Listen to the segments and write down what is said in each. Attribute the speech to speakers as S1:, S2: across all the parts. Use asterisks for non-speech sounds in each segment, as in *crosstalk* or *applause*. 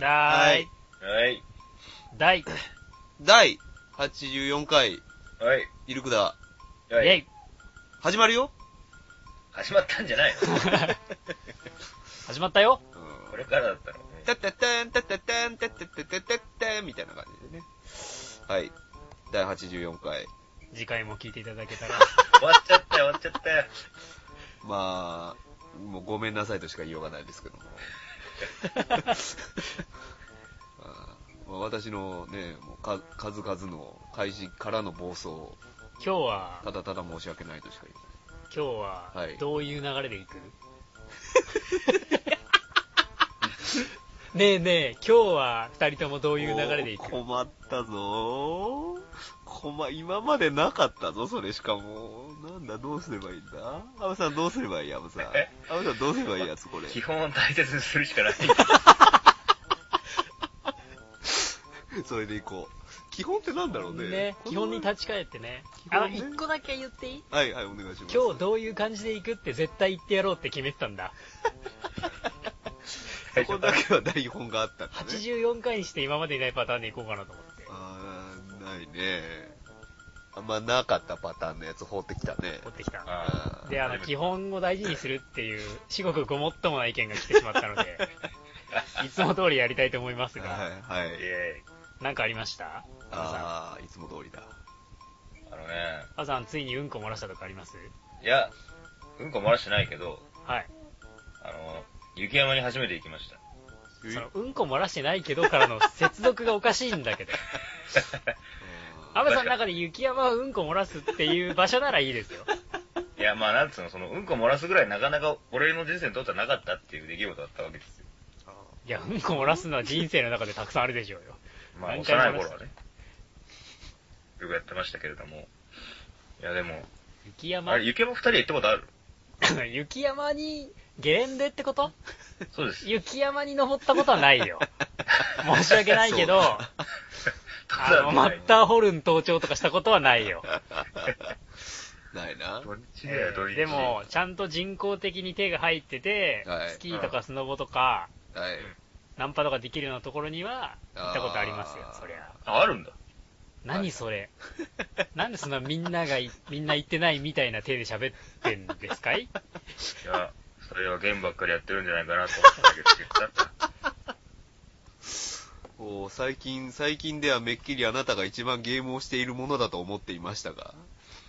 S1: はーい。
S2: はい。
S1: 第、イ
S3: 第84回、
S2: はい。
S3: イルクだ。
S2: はい。
S1: ェイ。
S3: 始まるよ
S2: 始まったんじゃないの
S1: 始まったよ。
S2: これからだったの。
S3: タッタッタン、タッタッタン、タッタッタッタッタッタン、みたいな感じでね。はい。第84回。
S1: 次回も聞いていただけたら。
S2: 終わっちゃったよ、終わっちゃったよ。
S3: まあ、もうごめんなさいとしか言いようがないですけども。 *laughs* あーまあ、私のね、もうか数々の開始からの暴走、
S1: 今日は、
S3: ただただ申し訳ないとしか言え
S1: 今日は
S3: は、い
S1: どういう流れで
S3: *laughs*
S1: いく、ねえねえ、今日は二人ともどう
S3: ない。
S1: いう流れでいく
S3: おー困ったぞー。困、今までなかったぞ、それしかも。なんだ、どうすればいいんだアブさんどうすればいいアブさん。
S2: え
S3: アブさんどうすればいいやつ、これ。
S2: 基本を大切にするしかない。
S3: それでいこう。基本ってなんだろうね。
S1: ね、
S3: この
S1: 基本に立ち返ってね。
S3: 基
S1: あの、
S3: 本ね
S1: 一個だけ言っていい
S3: はいはい、お願いします。
S1: 今日どういう感じで行くって絶対言ってやろうって決めてたんだ。
S3: そこだけは台本があったんだね。
S1: 84回にして今までいないパターンで行こうかなと思って。
S3: あー、ないね。あんまなかったパターンのやつ放ってきたね
S1: 持。ってきた。
S2: あ
S1: で、あの、基本を大事にするっていう、至極ごもっともな意見が来てしまったので、いつも通りやりたいと思いますが、
S3: はい、は
S2: ーイ
S3: い。
S2: エ
S1: なんかありましたあ
S3: あー、いつも通りだ。
S2: ーイあのね、
S1: さん。あさん、ついにうんこ漏らしたとかあります
S2: いや、うんこ漏らしてないけど、
S1: はい。
S2: あの、雪山に初めて行きました。 *laughs*
S1: その、うんこ漏らしてないけどからの接続がおかしいんだけど。
S3: あ
S1: アブさんの中で雪山はうんこ漏らすっていう場所ならいいですよ。
S2: いや、まあなんつうの、その、うんこ漏らすぐらいなかなか俺の人生にとってはなかったっていう出来事だったわけですよ。
S1: いや、うんこ漏らすのは人生の中でたくさんあるでしょうよ。
S2: まあ
S1: 何回も
S2: 幼
S1: 漏
S2: い
S1: らす
S2: 頃はね、よくやってましたけれども。いや、でも、
S1: 雪
S2: あ
S1: 山
S2: れ、雪山二人行ったことある
S1: *laughs* 雪山に、ゲレンデってこと
S2: そうです。
S1: 雪山に登ったことはない
S3: *laughs*
S1: よ。申し訳ない
S2: *laughs*
S1: けど、あの、マッターホルン登頂とかしたことはないよ。
S3: *laughs* ないな。
S2: 土日だよ、土日。
S1: でも、、ちゃんと人工的に手が入ってて、
S3: はい
S1: スキーとかスノボとか、
S3: はい。
S1: ナンパとかできるようなところには、行ったことありますよ
S3: あ、ー
S1: そりゃ。
S2: あ、あるんだ。
S1: 何そ
S3: *laughs*
S1: れ。なんでそんなみんながい、みんな行ってないみたいな手で喋ってんですかい
S2: いや、それはゲームばっかりやってるんじゃないかなと思ったんだけど、違った。
S1: *laughs*
S3: おー最近、最近ではめっきりあなたが一番ゲームをしているものだと思っていましたが。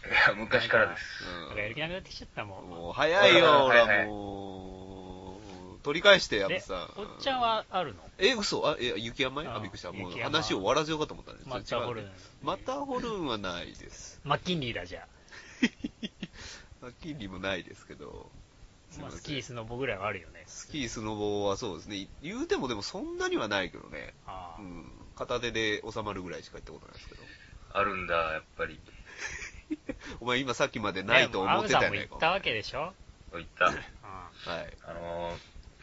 S2: いや、昔からです。
S1: なんかやる気なくなってきちゃったも
S3: うんん。。もう早いよ、ほ
S2: はいはいは
S3: ら、
S2: い
S3: もう。取り返して、やぶ
S1: で
S3: さん、。
S1: おっちゃんはあるの
S3: え、嘘あ、え、雪山
S1: うん
S3: あ、びっくりした。もう
S1: 雪山
S3: 話を終わらせようかと思ったね。
S1: マッターホルン
S3: 違う。マッターホルンはないです。
S1: マッキンリーだじゃ
S3: まあ、キンリもないですけど。す
S1: あ。
S3: い
S1: まあ、
S3: ません
S1: スキー、スノボぐらいはあるよね。
S3: スキー、スノボはそうですね。言うてもでもそんなにはないけどね。
S1: ああ
S3: うん。片手で収まるぐらいしか行ったことないですけど。
S2: あるんだ、やっぱり。
S3: お前今さっきまでないと思ってた
S1: で
S3: よ
S1: もアムさんも
S3: ね
S1: 行ったわけでしょ
S2: そういった。
S1: う
S3: はい。
S2: あのー、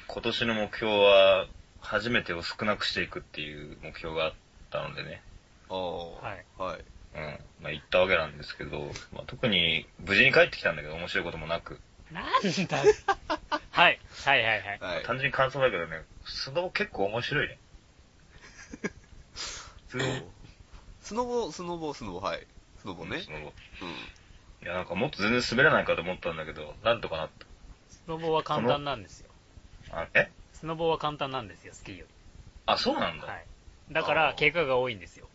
S2: 今年の目標は、初めてを少なくしていくっていう目標があったのでね。
S3: ああ。
S1: はい。
S3: はい。
S2: うん。まあ、行ったわけなんですけど、まあ、特に、無事に帰ってきたんだけど、面白いこともなく。
S1: ん。なんだ *laughs* はい。はいはいはい。
S3: はい。
S2: 単純に感想だけどね、スノボ結構面白いね。スノ
S3: スノボ、スノボ、スノボ、はい。スノボ
S2: ボ
S3: ね
S2: ス。ノボ。
S3: うん。
S2: いや、なんかもっと全然滑らないかと思ったんだけど、なんとかなっ
S1: スノボは簡単なんですよ。
S2: た。あ、え
S1: スノボは簡単なんですよ、スキーよ
S2: あ、そうなん
S1: り。
S2: だ。
S1: はい。だか
S3: あ
S1: ら
S3: ー、
S1: 怪我が多いんですよ。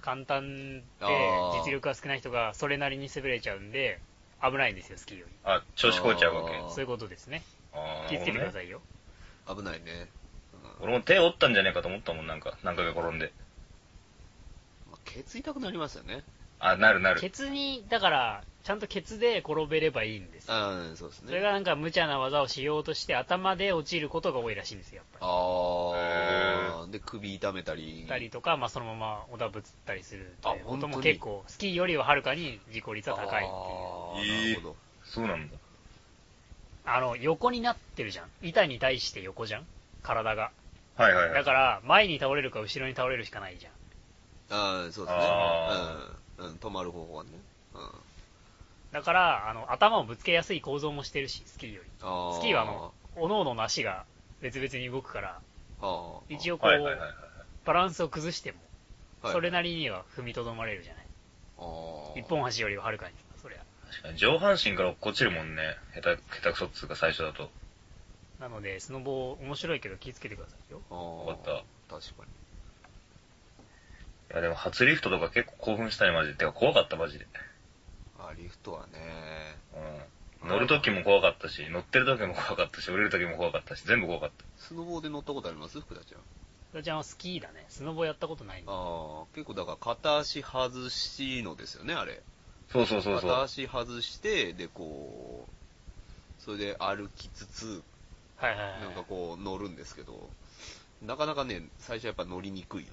S1: 簡単で
S3: あー、
S1: 実力が少ない人がそれなりに滑れちゃうんで、危ないんですよ、スキーより。
S2: あ、調子こいちゃうわけ。
S3: あー
S1: そういうことですね。
S2: あー
S1: 気をつけてくださ
S2: い。
S1: いよ。
S3: 危ないね。うん
S2: 俺も手折ったんじゃねえかと思ったもん、なんか、何回か転んで。
S3: まあ、ケツ痛くなりますよね。
S2: あ、なるなる。
S1: ケツに、だから、ちゃんとケツで転べればいいんですよ。
S3: ああ、そうですね。
S1: それがなんか無茶な技をしようとして頭で落ちることが多いらしいんですよ、やっぱり。
S3: ああ。で、首痛めたり。
S1: ったりとか、まあ、そのままおだぶつったりするということ
S3: あ本
S1: も
S3: 当に
S1: 結構、スキーよりははるかに事故率は高いっていう。
S3: あ
S2: え
S3: ー
S2: ー
S3: なるほど。
S2: そうなんだ。
S1: あの、横になってるじゃん。板に対して横じゃん体が。
S2: はいはいは
S1: だ
S2: い。
S1: から、前に倒れるか後ろに倒れるしかないじゃん。
S3: ああ、そうですね
S2: あ。
S3: うん。うん、止まる方法はね。うん。あ
S1: だから、あの、頭をぶつけやすい構造もしてるし、スキーより。
S3: あ。
S1: スキーはあの、おのおのの足が別々に動くから、
S3: ああ。
S1: 一
S3: 応、
S1: 応こ
S2: はいはいはいは
S1: う、バランスを崩しても、
S3: はい
S1: それなりには踏みとどまれるじゃない。
S3: ああ。
S1: 一。本足よりははるかに、そりゃ。
S2: い。確かに上半身から落っこちるもんね。下手、下手くそっつうか最初だと。
S1: なので、スノボ面白いけど気をつけてくださいよ。
S3: ああ。
S2: わかっ
S3: 確かに。
S2: いやでも初リフトとか結構興奮したね、マジで。てか怖かった、マジで。
S3: あリフトはね。
S2: うん。乗る時も怖かったし、乗ってる時も怖かったし、降りる時も怖かったし、全部怖かった。
S3: スノボーで乗ったことあります福田ちゃん。
S1: ふたちゃんはスキーだね。スノボやったことないんだ。
S3: ああ。結構だから片足外しのですよね、あれ。
S2: そうそうそうそ
S3: 片
S2: う。
S3: 足外して、で、こう、それで歩きつつ、
S1: はいはいはい。
S3: なんかこう乗るんですけど、なかなかね、最初やっぱ乗りにくいよね、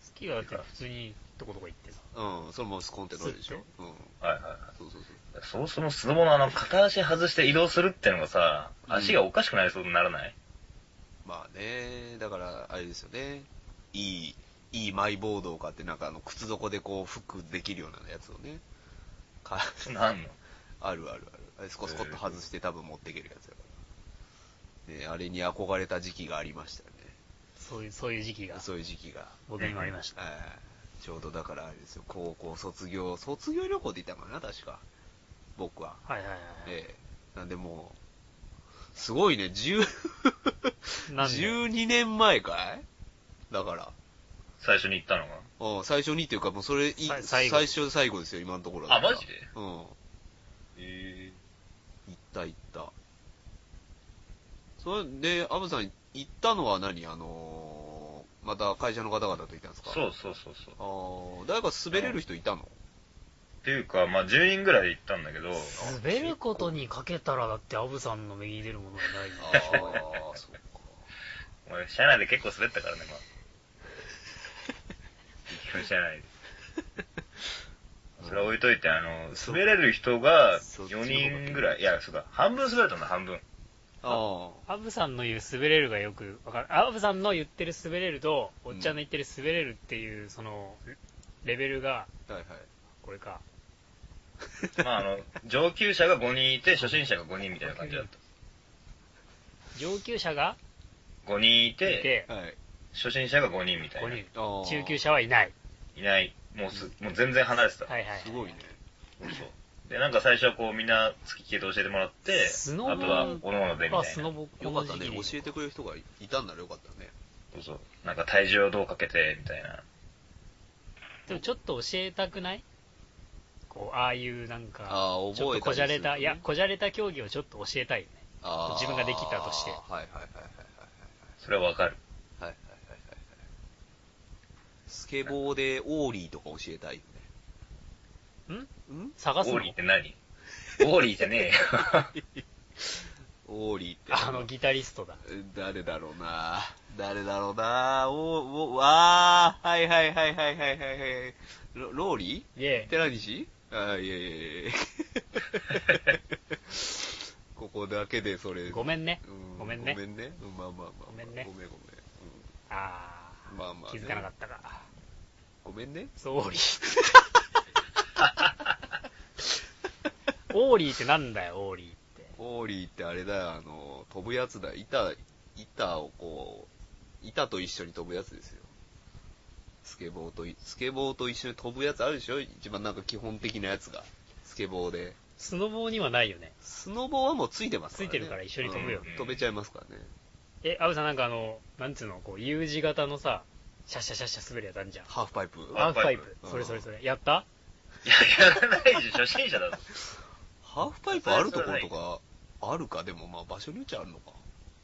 S1: スキーはだって普通にどこどこ行ってさ。
S3: あれね。うん、そのままスコンって乗るでしょ
S1: スッ。
S3: うん。
S2: はいはいはい。
S3: そうそうそう。
S2: そもそもスノボのあの、片足外して移動するってのがさ、
S3: うん
S2: 足がおかしくなりそうにならない、
S3: まあね、だから、あれですよね。いい、いいマイボードを買って、なんかあの、靴底でこう、フックできるようなやつをね。か
S2: そんなのあんの
S3: あるあるある。あれ、スコスコっと外して多分持っていけるやつだから。ね、あれに憧れた時期がありましたよ
S1: そういう、そういう時期
S3: ね
S1: が。
S3: そういう時期が。
S1: 僕にもありました。
S3: はい。ちょうどだからあれですよ、高校卒業、卒業旅行で行ったのかな、確か。僕は。
S1: はいはいはい。
S3: ええなんでもう、すごいね、10、
S1: なんで
S3: 12年前かいだから。
S2: 最初に行ったのが。
S3: うん、最初にっていうか、もうそれい、
S1: さ
S3: 最
S1: 最後
S3: 初で最後ですよ、今のところだから
S2: あマジで
S3: うん。行
S2: え
S3: った行った。それで、アブさん、行ったのは何あのー、また会社の方々と行ったんですか。
S2: そううそうそうそう。
S3: あー誰か滑れる人いたの、
S2: っていうか、まあ10人ぐらい行ったんだけど、
S1: 滑ることにかけたらだってアブさんの目に出るものがない
S3: あ
S1: な
S3: あ、そうか。
S2: 俺、車内で結構滑ったからね、まあ。一分車内で。それは置いといて、あの、滑れる人が4人ぐらい、いや、そうか、半分滑れたんだ、半分。
S3: あ
S1: アブさんの言う滑れるがよくわかる。アブさんの言ってる滑れると、
S3: う
S1: お
S3: ん
S1: っちゃんの言ってる滑れるっていう、その、レベルが、
S3: あ、はいはい。
S1: これか。
S2: まあ、あの、上級者が5人いて、初心者が5人みたいな感じだっ
S1: 上級者が
S2: た。5人い
S1: い
S2: て、
S1: て、
S3: はい。
S2: 初心者が5人みたいな。
S1: 5
S3: あ
S1: 人。
S3: ー
S1: 中級者はいない。
S2: いない。もうす、もう全然離れてた。
S1: はいはい。
S3: すごいね。
S2: そうそう。で、なんか最初はこう、みんな好き消えて教えてもらって、
S1: スノボ
S2: あとは、おのおのでみたい
S1: あ、
S2: な。
S1: ス
S2: そ
S1: ノ
S2: う
S1: ボ、こ
S3: よか
S1: の
S3: った
S1: 時期
S3: ね。
S1: に。
S3: 教えてくれる人がいたんならよかったね。
S2: そう。なんか体重をどうかけて、みたいな。
S1: でもちょっと教えたくないこう、ああいうなんか、
S3: あー
S1: ちょっとこじゃれ
S3: 覚えたりすると
S1: た、
S3: ね
S1: いや、こじゃれた競技をちょっと教えたいね。
S3: あー
S1: 自分ができたとして
S3: はいはいはいはい
S2: それはわかる。
S3: はい。はいはいはいはいはい。スケボーでオーリーとか教えたいよね。んん
S2: オ
S1: 探す
S2: ー
S1: の
S2: リーって何オーリーじゃねえよ。
S3: オーリーって。
S1: あの、ギタリストだ。
S3: 誰だろうな誰だろうなお、お、あー、はいはいはいはいはいはいはい。ロローリ
S1: いえ
S3: ー、寺西あー、いやいやいやいや *laughs* ここだけでそれ。
S1: ごめんね。
S3: うん
S1: ごめんね
S3: ごめんね。うんまあまあまあ。
S1: ごめんね
S3: ごめんご
S1: あ
S3: めん。まあまあ、
S1: あ、気づかなかったか。
S3: ごめんね。
S1: そう、オーリー。 *laughs* オーリーってなんだよ、オーリーって。
S3: オーリーってあれだよ、あの、飛ぶやつだ。板、板をこう、板と一緒に飛ぶやつですよ。スケボーとい、スケボーと一緒に飛ぶやつあるでしょ一番なんか基本的なやつが。スケボーで。
S1: スノボーにはないよね。
S3: スノボーはもうついてますから
S1: つ
S3: ね。
S1: いてるから一緒に飛ぶよ
S3: うん飛べちゃいますからね。
S1: え、アブさんなんかあの、なんつうの、こう、U 字型のさ、シャッシャシャッシャ滑るやつあんじゃん。
S3: ハーフパイプ。
S1: ハーフパイ
S2: ハー
S1: プ
S2: フ。
S3: パイプ
S1: それそれそれ。やった
S2: いや、やらないでしょ、初心者だぞ。
S3: ハーフパイプあるところとか、あるかでもまあ場所によっちゃあるのか。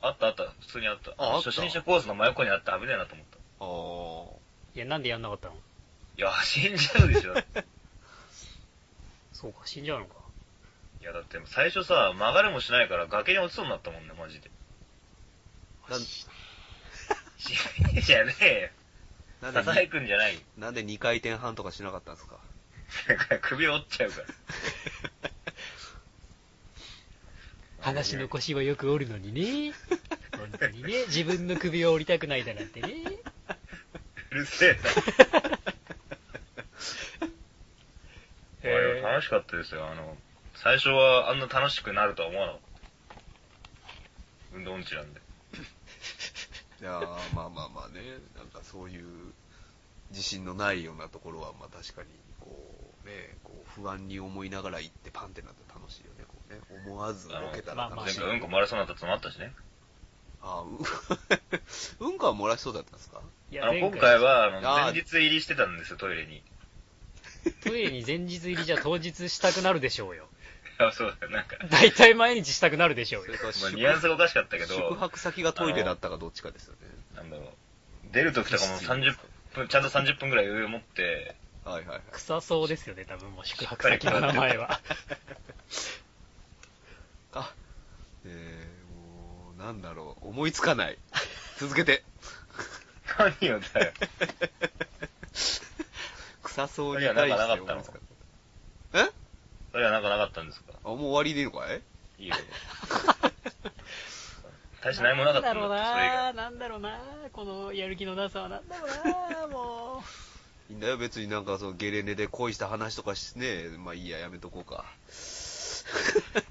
S2: あったあった、普通にあった。
S3: ああった
S2: 初心者コースの真横にあって危ねえなと思った。
S3: あー。
S1: いや、なんでやんなかったの
S2: いや、死んじゃうでしょ。い
S1: そうか、死んじゃうのか。
S2: や、だって最初さ、曲がれもしないから崖に落ちそうになったもんね、マジで。
S3: なん
S2: 死んじゃねえよ。
S3: なん
S2: 支え
S3: で、
S2: くんじゃないよ。 *laughs*
S3: なんで2回転半とかしなかったんですか
S2: 首折っちゃうから。
S1: 話の腰はよく折るのにね。本当にね。自分の首を折りたくないだなんてね。
S2: うるせえな。まあでも楽しかったですよ。あの、最初はあんな楽しくなるとは思わなかった。運動音痴なんで。
S3: いやーまあまあまあね、なんかそういう自信のないようなところは、まあ確かに、こうね、こう不安に思いながら行ってパンってなったら楽しいよね、こうね。思わずロケたら楽
S2: 前
S3: しい。
S2: 回うんこ漏らそうになったともあったしね。
S3: あーううんこは漏らしそうだったんですか
S1: い
S2: あの、今回、は、あの、
S3: あー
S2: 前日入りしてたんですよ、トイレに。 *laughs*
S1: トイレに前日入りじゃ当日したくなるでしょうよ。
S2: あ、そうだよ、なんか。
S1: 大体毎日したくなるでしょ
S3: そうれ
S1: よ。
S3: か
S2: まあ、
S3: 宿
S2: ニュアンスがおかしかったけど、
S3: 宿泊先がトイレだったかどっちかですよね。
S2: なんだろう。出るときとかも30分、ちゃんと30分ぐらい余裕を持って、
S3: はいはいはい。
S1: 臭そうですよね、多分もう宿泊先の名前は。
S3: あ、えー、もう、なんだろう、思いつかない。続けて。
S2: 何を
S3: *laughs*
S2: だよ。
S3: 臭そうに対して思いつかない。え
S2: それはなんかなかったんですか
S3: あ、もう終わりでいいのかい
S2: いい
S3: *laughs*
S2: よ。 *laughs* 大して何もなかったんだって、それ以外。
S1: なんだろうな、このやる気のなさはなんだろうな、も
S3: いいんだよ、別になんかそのゲレネで恋した話とかしねまあいいや、やめとこうか。
S1: う。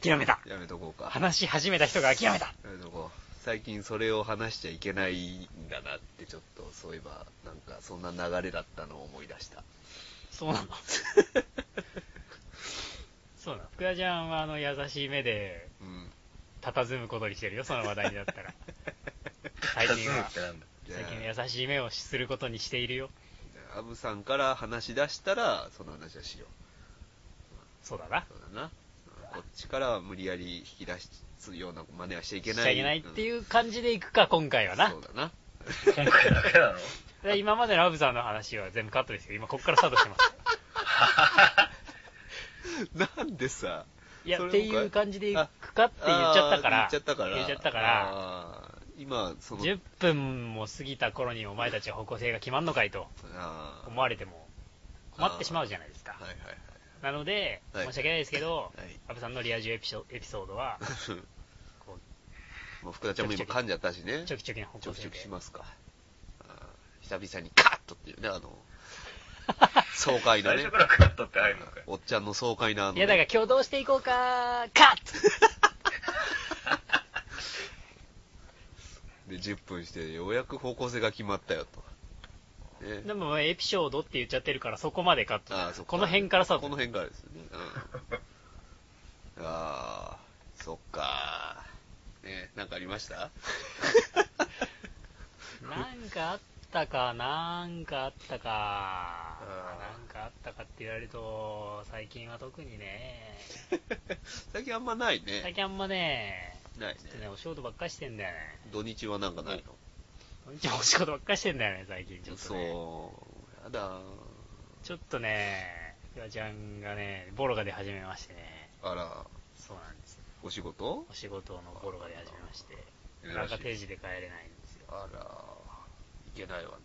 S1: 諦めた。
S3: やめとこうか。
S1: 話し始めた人が諦めた。
S3: やめとこう。最近それを話しちゃいけないんだなって、ちょっと、そういえば、なんかそんな流れだったのを思い出した。
S1: そうなの。 *laughs* そうなの。福田ちゃんはあの優しい目で、
S3: うん。
S1: 佇むことにしてるよ、その話題になった
S2: *laughs*
S1: ら。最
S2: 片
S1: 近
S2: 隅っ
S1: は。
S2: てなんだ。
S3: じゃ
S1: 最近
S3: あ、
S1: 優しい目をすることにしているよ。
S3: アブさんから話し出したら、その話はしよ
S1: そうだな
S3: う。。そうだな。うんこっちからは無理やり引き出すような真似はしちゃい
S1: し
S3: け
S1: ち
S3: な
S1: ゃ
S3: い。
S1: いけないって
S3: う
S1: いう感じでいくか、今回は
S3: ん
S1: な
S3: そ。うだな。
S2: 今回だけなの
S1: で今までラブさんの話は全部カットですよ。今、こっからスタートしてます。
S3: なんでさ、
S1: いや、
S3: そ
S1: って
S3: れ
S1: いう感じでいくかって言っちゃったから。
S3: あー言っちゃったから。
S1: 言っちゃったから
S3: あー。今、その、
S1: 10分も過ぎた頃にお前たちは方向性が決まんのかいと
S3: あー
S1: 思われても困ってしまうじゃないですか。
S3: はいはいはい。
S1: なので、
S3: はい
S1: 申し訳ないですけど、
S3: はい
S1: 安部さんのリア充エピソエピソード
S3: *laughs*
S1: は、こ
S3: もう福田ちゃんも今噛んじゃったしね。
S1: う、ちょきちょきの方
S3: ちょ
S1: 向
S3: き
S1: 性
S3: ちょ
S1: で
S3: きし。ますか。あー久々にカットっていうね、あの、爽快な
S2: 最
S3: ね
S2: 初か。らカットって入るのかよ。
S3: おっちゃんの爽快なあの、
S1: いや、だから今日どうしていこうかカッ
S3: で、10分して、ようやく方向性が決まったよと。ね
S1: トでももうエピソードって言っちゃってるからそこまでカット。
S3: あーそっ
S1: この辺からさ
S3: この辺からですよね。うん、あー、そっかね、なんかありました
S1: なんかあったか、なんかあったか、
S3: あー
S1: なんかあったかって言われると、最近は特にね、
S3: 最近あんまないね。
S1: 最近あんまね、
S3: ない
S1: ちょっとね、
S3: ね。
S1: お仕事ばっかりしてんだよね。
S3: 土日はなんかないの
S1: ちお仕事ばっかりしてんだよね、最近ちょっと、
S3: そう
S1: ね。。
S3: やだ
S1: ちょっとね、フワちゃんがね、ボロが出始めましてね、
S3: あら、
S1: そうなんですよ。
S3: お仕事
S1: お仕事のボロが出始めまして、
S2: 珍しい
S1: なかなか定時で帰れないんですよ。
S3: あら、いけないわね。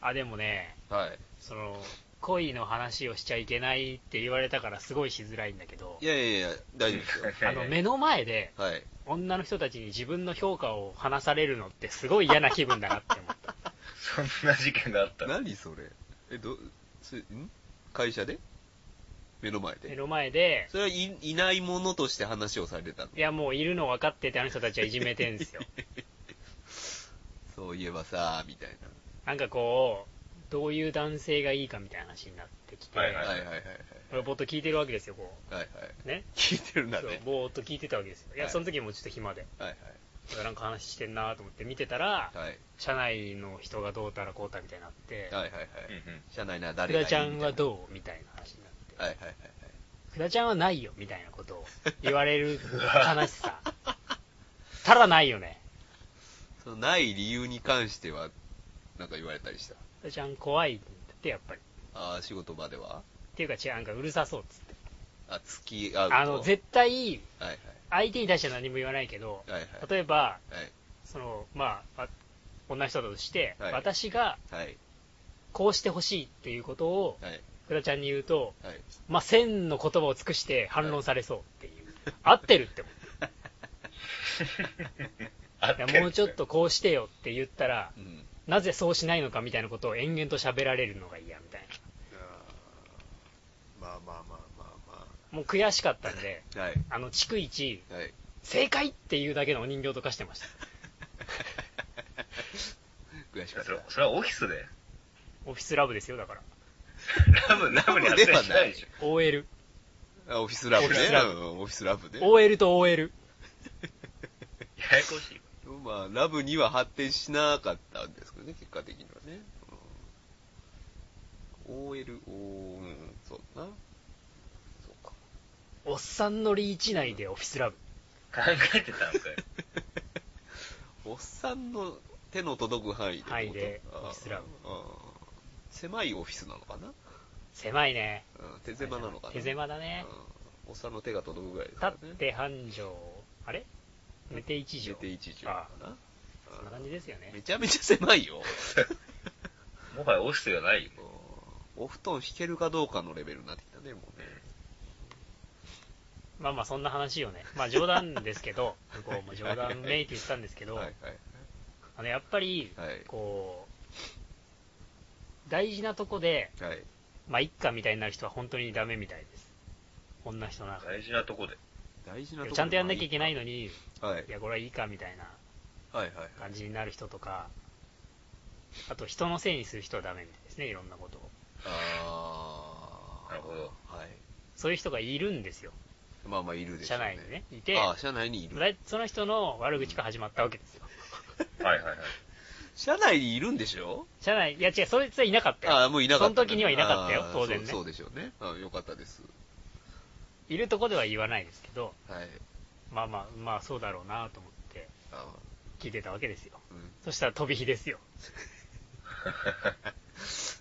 S1: あ、でもね、
S3: はい。
S1: その、恋の話をしちゃいけないって言われたからすごいしづらいんだけど
S3: い、やいやいや、大丈夫です
S1: *laughs*
S3: よ。
S1: あの、目の前で、
S3: はい。
S1: 女の人たちに自分の評価を話されるのってすごい嫌な気分だなって思
S3: *laughs*
S1: った。
S2: そんな事件があったの。
S3: 何それえ、ど、それん会社で目の前
S1: 目
S3: で
S1: の前で、
S3: それはい、いないものとして話をされたの
S1: いやもういるの分かっててあの人たちはいじめてん
S3: *laughs*
S1: ですよ。
S3: そういえばさ、みたい
S1: なんかこう、どういう男性がいいかみたいな話になってきて、
S2: はい
S3: な。
S2: は
S3: はいはいはいはい。
S1: 俺ぼーっと聞いてるわけですよ、こ
S3: はいはい。
S1: う。ね。
S3: 聞いてるんだ
S1: そう
S3: ね。
S1: ぼーっと聞いてたわけですよ。い
S3: は
S1: や、
S3: い
S1: その時もちょっと暇で、
S3: はい
S1: なんか話してんなと思って見てたら、
S3: はい。はい。
S1: 社内の人がどうたらこうたみたいになって、
S3: はいはいは
S2: うん
S3: い。
S2: う
S3: 社内なら
S1: 福
S3: 誰がい
S1: 田
S3: い
S1: ちゃんは
S3: う
S1: どうみたいな話になって。
S3: はいはいはいはい。
S1: 福田ちゃんはないよみたいなことを言われる悲し
S3: *laughs*
S1: さ。ただないよね。
S3: そのない理由に関しては、なんか言われたりした。
S1: 福田ちゃん怖いってやっぱり。
S3: ああ、仕事場では
S1: っていうか違う、なんかうるさそうっつって。
S3: あ、付き合うと。
S1: あの、絶対、
S3: はいはい。
S1: 相手に対しては何も言わないけど、
S3: はいはい。
S1: 例えば、
S3: はい。
S1: その、まあ、あ女の人だとして、
S3: はい
S1: 私が
S3: はい。
S1: こうしてほしいっていうことを
S3: はい。
S1: 福田ちゃんに言うと、
S3: はい。
S1: まあ、千の言葉を尽くして反論されそうっていう。合ってる
S3: *laughs*
S1: って思
S2: ん。 *laughs* あ
S1: ういやもうちょっ。とこうしてよって言ったら、
S3: うん。
S1: なぜそうしないのかみたいなことを延々と喋られるのが嫌みたいな。
S3: まあまあま *laughs* あまあ
S1: もう悔しかったんで、
S3: *laughs* まあ。はい。
S1: あの、逐一、
S3: はい。 *laughs*
S1: 正解っていうだけのお人形とかしてました。
S3: 悔し
S2: い
S3: か
S2: や
S3: っ
S2: それ
S3: た。
S2: それはオフィスで。
S1: オフィスラブですよ、だから。
S2: ラブ、ラブに発展しないでしょ。
S1: OL。
S3: あオフィスラブね
S1: オフィスラ。ブ
S3: うんオフィスラブね。
S1: OL と OL。
S2: ややこしい。
S3: まあ、ラブには発展しなかったんですけどね、結果的にはね。うん OL、O、うん、そうだな。そうか。
S1: おっさんのリーチ内でオフィスラブ。
S2: 考えてたんかい。
S3: おっさんの手の届く範囲でってこと。
S1: 範囲で
S3: あー
S1: オフィスラブ
S3: あー狭いオフィスなのかな、
S1: 狭いね。
S3: うん、手狭なのかな
S1: 手狭だね。
S3: うんおっさんの手が届くぐらいです
S1: 立
S3: からね。
S1: って半畳。あれ寝て一
S3: 寝
S1: 畳。
S3: て一畳
S1: あ
S3: かな。
S1: あそんな感じですよ
S3: うん
S1: ね
S3: め。ちゃめちゃ狭いよ。
S2: もはやオフィスではないよ。
S3: お布団引けるかどうかのレベルになってきたね、もうね。
S1: まあまあそんな話をね。まあ冗談ですけ
S3: *laughs*
S1: ど、向こうも冗談めいて言ってたんですけど、
S3: はいはい。
S1: あのやっぱり、
S3: はい
S1: こう、大事なとこで、
S3: はい。
S1: まあ一家みたいになる人は本当にダメみたいです。女の人なんか。
S2: 大事なとこで。
S3: 大事なところ
S1: ちゃんとやんなきゃいけない
S3: の。
S1: のに、い
S3: はい。はい
S1: や、これはいいかみたいな
S3: はい。
S1: 感じになる人とか、あと人のせいにする人はダメみたいですね、いろんなことを。
S3: あー
S2: なるほど。
S3: はい。
S1: そういう人がいるんですよ。
S3: まあまあ、いるでしょ
S1: 社
S3: うね。
S1: 内にね、いて、
S3: ああ、社内にいる。
S1: その人の悪口が始まったわけですよ。
S2: はいはいはい。
S3: 社内にいるんでしょ
S1: 社内、いや違う、そいつはいなかったよ。
S3: ああ、もういなかったね。
S1: その時にはいなかったよ
S3: あー
S1: 当然ね
S3: そうそうでしょうね。ああよかったです。
S1: いるとこでは言わないですけど、
S3: はい。
S1: まあまあ、まあそうだろうなと思って
S3: ああ
S1: 聞いてたわけですよ。
S3: うん。
S1: そしたら飛び火ですよ。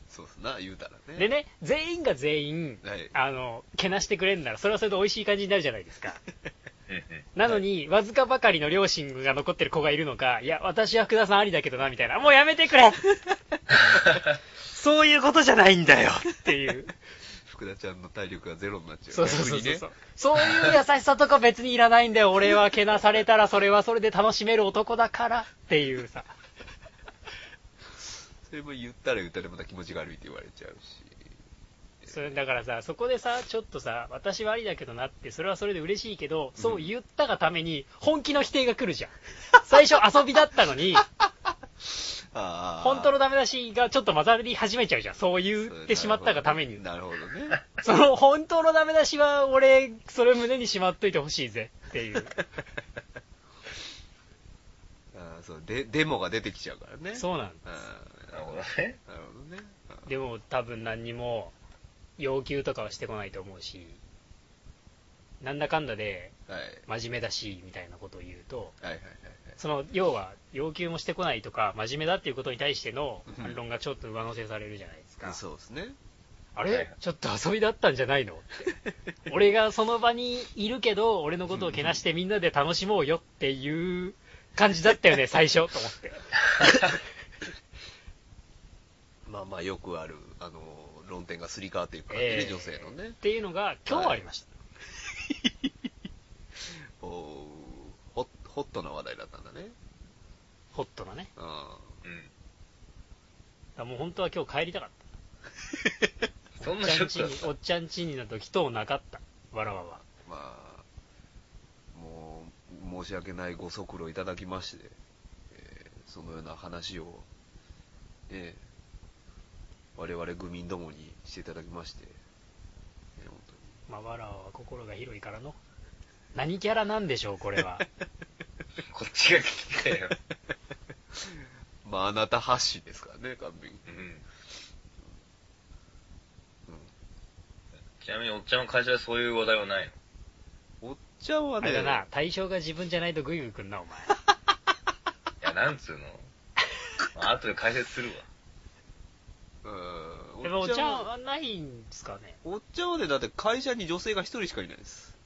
S3: そうっすな、言うたらね。
S1: でね、全員が全員、
S3: はい。
S1: あの、けなしてくれんなら、それはそれで美味しい感じになるじゃないですか。
S2: うんうん。
S1: なのに、わずかばかりの両親が残ってる子がいるのか、いや、私は福田さんありだけどな、みたいな。もうやめてくれそういうことじゃないんだよっていう。
S3: 福田ちゃんの体力がゼロになっちゃう。
S1: そうそうそうそう。
S3: 逆にね
S1: そういう優しさとか別にいらないんだよ。俺はけなされたらそれはそれで楽しめる男だからっていうさ。
S3: それも言ったら言ったらまた気持ちが悪いって言われちゃうし。
S1: それだからさ、そこでさ、ちょっとさ、私はありだけどなって、それはそれで嬉しいけど、そう言ったがために本気の否定が来るじゃん。最初遊びだったのに、
S3: ああ。
S1: 本当のダメ出しがちょっと混ざり始めちゃうじゃん。そう言ってしまったがために。
S3: なるほどね。 *laughs*
S1: その本当のダメ出しは俺、それ胸にしまっといてほしいぜって
S3: *laughs*
S1: いう。
S3: あーそうで、デモが出てきちゃうからね。う。
S1: そうなん
S3: あー
S2: なるほ
S3: なるほ
S2: ど
S3: ど
S2: ね。
S3: なるほどね。あー
S1: でも多分何にも要求とかはしてこないと思うし、なんだかんだで
S3: はい。
S1: 真面目だしみたいなことを言うと、
S3: はいはいはい
S1: その要は要求もしてこないとか、真面目だっていうことに対しての
S3: うん
S1: 反論がちょっと上乗せされるじゃないです
S3: は
S1: か
S3: い。。そうですね。
S1: あ
S2: はいは
S1: れ
S2: い
S1: ちょっと遊びだったんじゃない
S3: *laughs*
S1: のって。俺がその場にいるけど、俺のことをけなしてみんなで楽しもうよっていう感じだったよ
S3: *laughs*
S1: ね、最初と思って。
S3: まあまあよくある、あの、論点がすり替わっていく感じね、
S1: えー
S3: 女性のね
S1: っ。ていうのが今日ありました。
S3: おーホッホットな話題だったんだね。
S1: ホットなね。
S3: あ
S2: うん。
S1: だからもう本当は今日帰りたかった。
S3: *laughs*
S2: そん
S1: おっ
S2: な
S1: ち
S2: ショ
S1: ゃん
S2: ッ
S1: ち
S2: クだ
S1: に
S2: っ、
S1: おっちゃんちにの時となかった。わらわは。
S3: ーまあ、もう、申し訳ないご足労いただきまして、えーそのような話を、えー我々愚民どもにしていただきまして、えー本当に
S1: まあ、わらわは心が広いからの。何キャラなんでしょう、これ
S3: *laughs*
S1: は。
S2: こっちが聞きたいよ。
S3: まあ、あなた発信ですからね、完璧に。
S2: *laughs* うん。
S3: う
S2: ちなみにおっちゃんの会社でそういう話題はないの
S3: ん。おっちゃんは
S1: あ
S3: ね、
S1: れだな、対象が自分じゃないとグイグイくんな、お前。
S2: いや、なんつうの。まあ、後で解説するわ。
S3: うん
S1: でも、
S3: お
S1: お
S3: っち
S1: 茶
S3: ゃんは、
S1: はないんですかね。
S3: おっちゃんはね、だって会社に女性が一人しかいないです。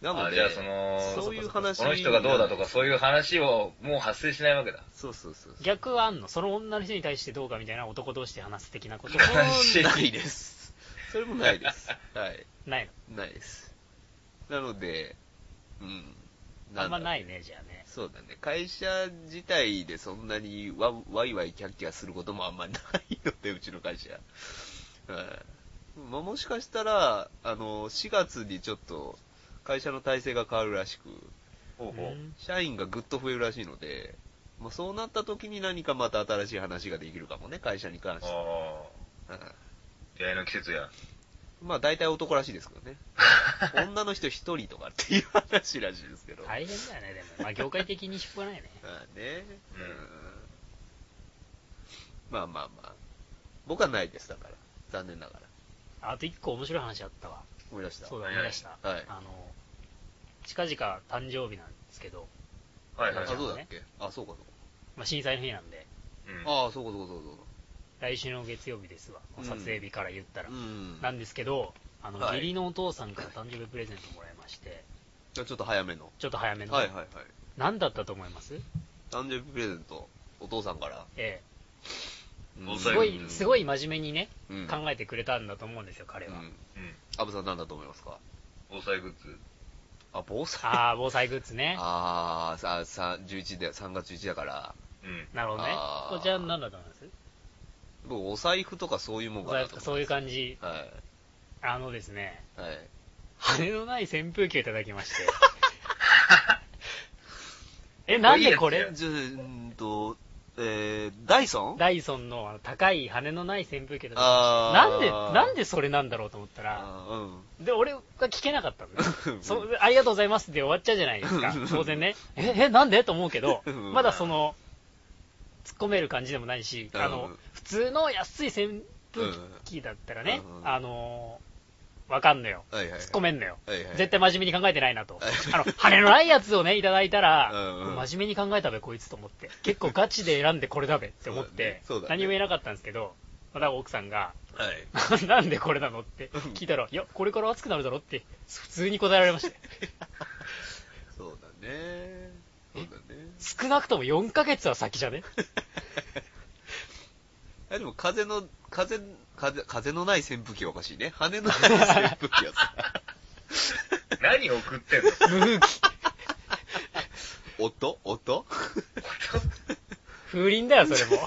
S3: なの
S2: あ、
S3: で、
S2: じゃあその、
S3: そういう話
S2: この人がどうだとかそういう話をもう発生しないわけだ。
S3: そうそうそうそう。
S1: 逆はあんのその女の人に対してどうかみたいな男同士で話す的な
S2: *laughs*
S3: *laughs*
S1: ことも
S3: それも
S2: 話
S3: ないです。それもないです。はい。
S1: ない
S3: ないです。なので、うん。
S1: のあんま
S3: い。
S1: ないね、じゃあね。
S3: そうだね。会社自体でそんなにわワイワイキャッキャすることもあんまないので、うちの会社。うん。まあ、もしかしたら、あの、4月にちょっと会社の体制が変わるらしく、
S2: ほうほう。
S1: うん
S3: 社員がぐっと増えるらしいので、まあ、そうなった時に何かまた新しい話ができるかもね、会社に関して。
S2: あ
S3: うん
S2: あ、出会いの季節や。
S3: まあ大体男らしいですけどね。女の人一人とかっていう話らしいですけど。
S1: 大変だよね、でも。まあ、業界的にしょうがないね。
S3: まあね。
S2: うん
S3: うんまあまあまあ。僕はないです、だから。残念ながら。
S1: あと一個面白い話あったわ。
S3: 思い出した。
S1: そう
S3: は
S1: だ、思い出した。
S3: はい
S1: あの、近々誕生日なんですけど、
S2: はいはい
S3: あ、
S2: はい。
S3: そうだっけあ、そうかそうか。
S1: まあ、震災の日なんで、
S2: うん
S3: ああ、そうかそうかそうか
S1: 来週の月曜日ですわ。
S3: うん
S1: 撮影日から言った
S3: そ
S1: ら。
S3: うか。うん。
S1: なんですけど、あの、
S3: はい
S1: 義理のお父さんから誕生日プレゼントもらいまして、
S3: じゃあちょっと早めの。
S1: ちょっと早めの。
S3: はいはいはい。
S1: 何だったと思います
S3: 誕生日プレゼント、お父さんから。
S1: え
S2: お
S1: え。
S2: 父
S1: す
S2: さん
S1: ごい、すご
S3: い。
S1: い真面目にね、
S3: うん
S1: 考えてくれたんだと思うんですよ、彼
S3: う
S1: は。
S3: ん。
S2: うん。
S3: アブさん何だと思いますか
S2: 防災グッズ。
S3: あ、防災。
S1: ああ、防災グッズね。
S3: あーさ、さ、11で、3月11だから、
S2: うん。
S1: なるほどね。
S3: あー
S1: こちら何だと思います
S3: 僕、お財布とかそういうもん
S1: お
S3: かな
S1: 財
S3: と
S1: 布
S3: 思
S1: か
S3: う。
S1: そういう感じ。
S3: は
S1: あのですね、
S3: い。はい。
S1: 羽のない扇風機をいただき
S3: *laughs*
S1: まして。え、なんでこ
S2: いい
S1: れ
S2: やつ
S3: じゃあ、うーんと、えー、ダイソン
S1: ダイソンのあの高い羽のない扇風機をいただき
S3: あ
S1: ま
S3: ー
S1: して。なんで、なんでそれなんだろうと思ったら、
S3: あー
S1: で、俺が聞けなかったのね。
S3: うん。
S1: そありがとうございますって終わっちゃうじゃないですか。当然ね。え、え、なんでと思うけど
S3: うん、
S1: まだその、突っ込める感じでもないし、あ
S3: う
S1: の
S3: ん、
S1: 普通の安い扇風機だったらね
S3: う、ん
S1: あのー、わかんのよ。
S3: はいはい。
S1: 突っ込めんのよ。
S3: はいはい。
S1: 絶対真面目に考えてないなと
S3: はい。
S1: あの、羽のないやつを
S3: *laughs*
S1: ね、いただいたら
S3: うんうん、
S1: 真面目に考えたべ、こいつと思って。結構ガチで選んでこれだべって思って
S3: そうだねそうだね、
S1: 何も言えなかったんですけど、まだ奥さんが、 *laughs*
S3: はい。
S1: なんでこれなのって聞いたら、いや、これから暑くなるだろって、普通に答えられました。
S3: *laughs* そうだね。そうだね。
S1: 少なくとも4ヶ月は先じゃね
S3: あでも、風の、風、風、風のない扇風機はおかしいね。
S1: *laughs*
S3: 羽のない扇風機はさ、
S2: 何送ってんの
S1: 無風機。
S3: 音音
S1: 風鈴だよ、それ
S3: *laughs*
S1: も。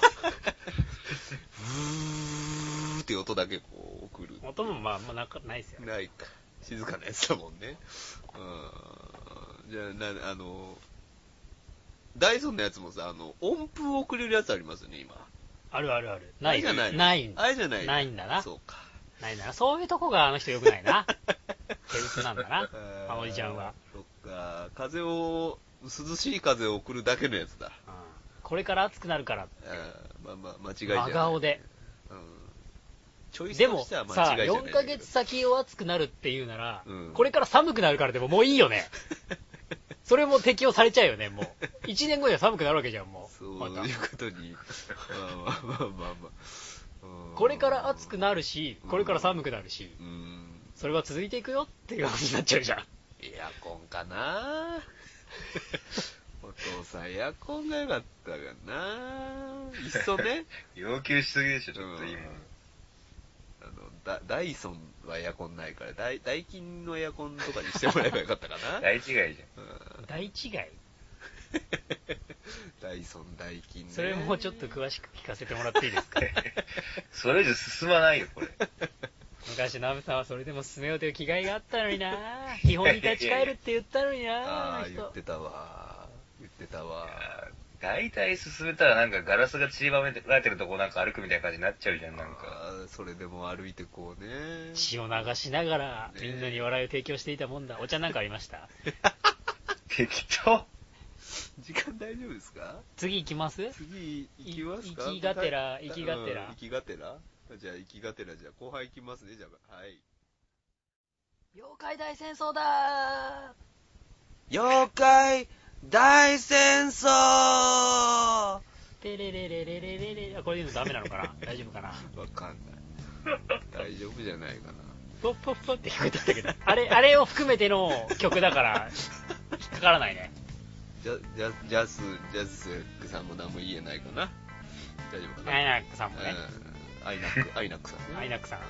S3: ブーって音だけこう送る。
S1: 音もまあ、まあ、なんかないですよね。
S3: ないか。静かなやつだもんね。うん。じゃあ、な、あの、ダイソンのやつもさ、あの、音符をくれるやつありますよね、今。
S1: あるあるある。ない
S3: あれじゃないの
S1: ないんだ
S3: あれじゃない
S1: ないんだな
S3: そうか。
S1: ないな。そういうとこがあの人良くないな。手薄なんだな
S3: え。ー
S1: まおりちゃんは。。
S3: そっか。風を、涼しい風を送るだけのやつだ。
S1: うんこれから暑くなるから。
S3: えーまあまあ、間違いじゃない。
S1: 真顔で。
S3: うん。チョイス
S1: でも
S3: として
S1: さ
S3: は間、違いじゃない
S1: 4
S3: んだ
S1: ヶ
S3: けど。
S1: 月先を暑くなるっていうなら
S3: うん、
S1: これから寒くなるからでももういいよ
S3: *laughs*
S1: ね。それも適用されちゃうよね、もう。1年後には寒くなるわけじゃん、もう。
S3: そう
S1: また
S3: いうことに。まあまあまあまあまあうん
S1: *laughs* これから暑くなるし、これから寒くなるし、
S3: うん。
S1: それは続いていくよっていう話になっちゃうじゃん。
S3: エアコンかな
S1: *laughs*
S3: お父さんエアコンが良かったかないっそね
S2: 要求しすぎでしょ、ちょっと今。
S3: あのダダイソンはエアコンないからダイダイキンのエアコンとかにしてもらえばよかったか
S1: *laughs*
S3: な、
S2: 大違いじゃん。
S3: うん
S1: 大違い
S3: ダイソンダイキンね
S1: それもちょっと詳しく聞かせてもらっていいですか
S2: それ以上進まないよ、これ。
S1: 昔ナムさんはそれでも進めようという気概があったのにな
S3: *laughs*
S1: 基本に立ち返るって言ったのにな
S3: あ
S1: あ
S3: あ
S1: の
S3: 言っ
S1: 人
S3: てたわ言ってたわ
S2: 大体進めたらなんかガラスが散りばめられてるとこなんか歩くみたいな感じになっちゃうじゃん、なんか。
S3: あーそれでも歩いてこうね
S1: 血を流しながらみんなに笑いを提供していたもんだお茶なんかありました
S2: 適当。
S3: 時間大丈夫ですか
S1: 次行きます
S3: 次行きますか
S1: い行きがてら
S3: うん
S1: 行きがてら
S3: 行きがてらじゃあ行きがてらじゃあ後半行きますねじゃあはい
S1: 妖怪大戦争だ
S3: 妖怪大戦争わ
S1: てれれれれれれれあこれ言うのダメなのかな大丈夫かな
S3: かんない大丈夫じゃないかな
S1: ポッポッポッって聞こえてきたけどあれあれを含めての曲だから引っかからないね
S3: ジャジャジャスジャスックさんも何も言えないかな大丈夫か
S1: ア
S3: な
S1: イナックさんもね
S3: うんアイナッ
S1: *laughs*
S3: クアイナックさんね
S1: アイナックさん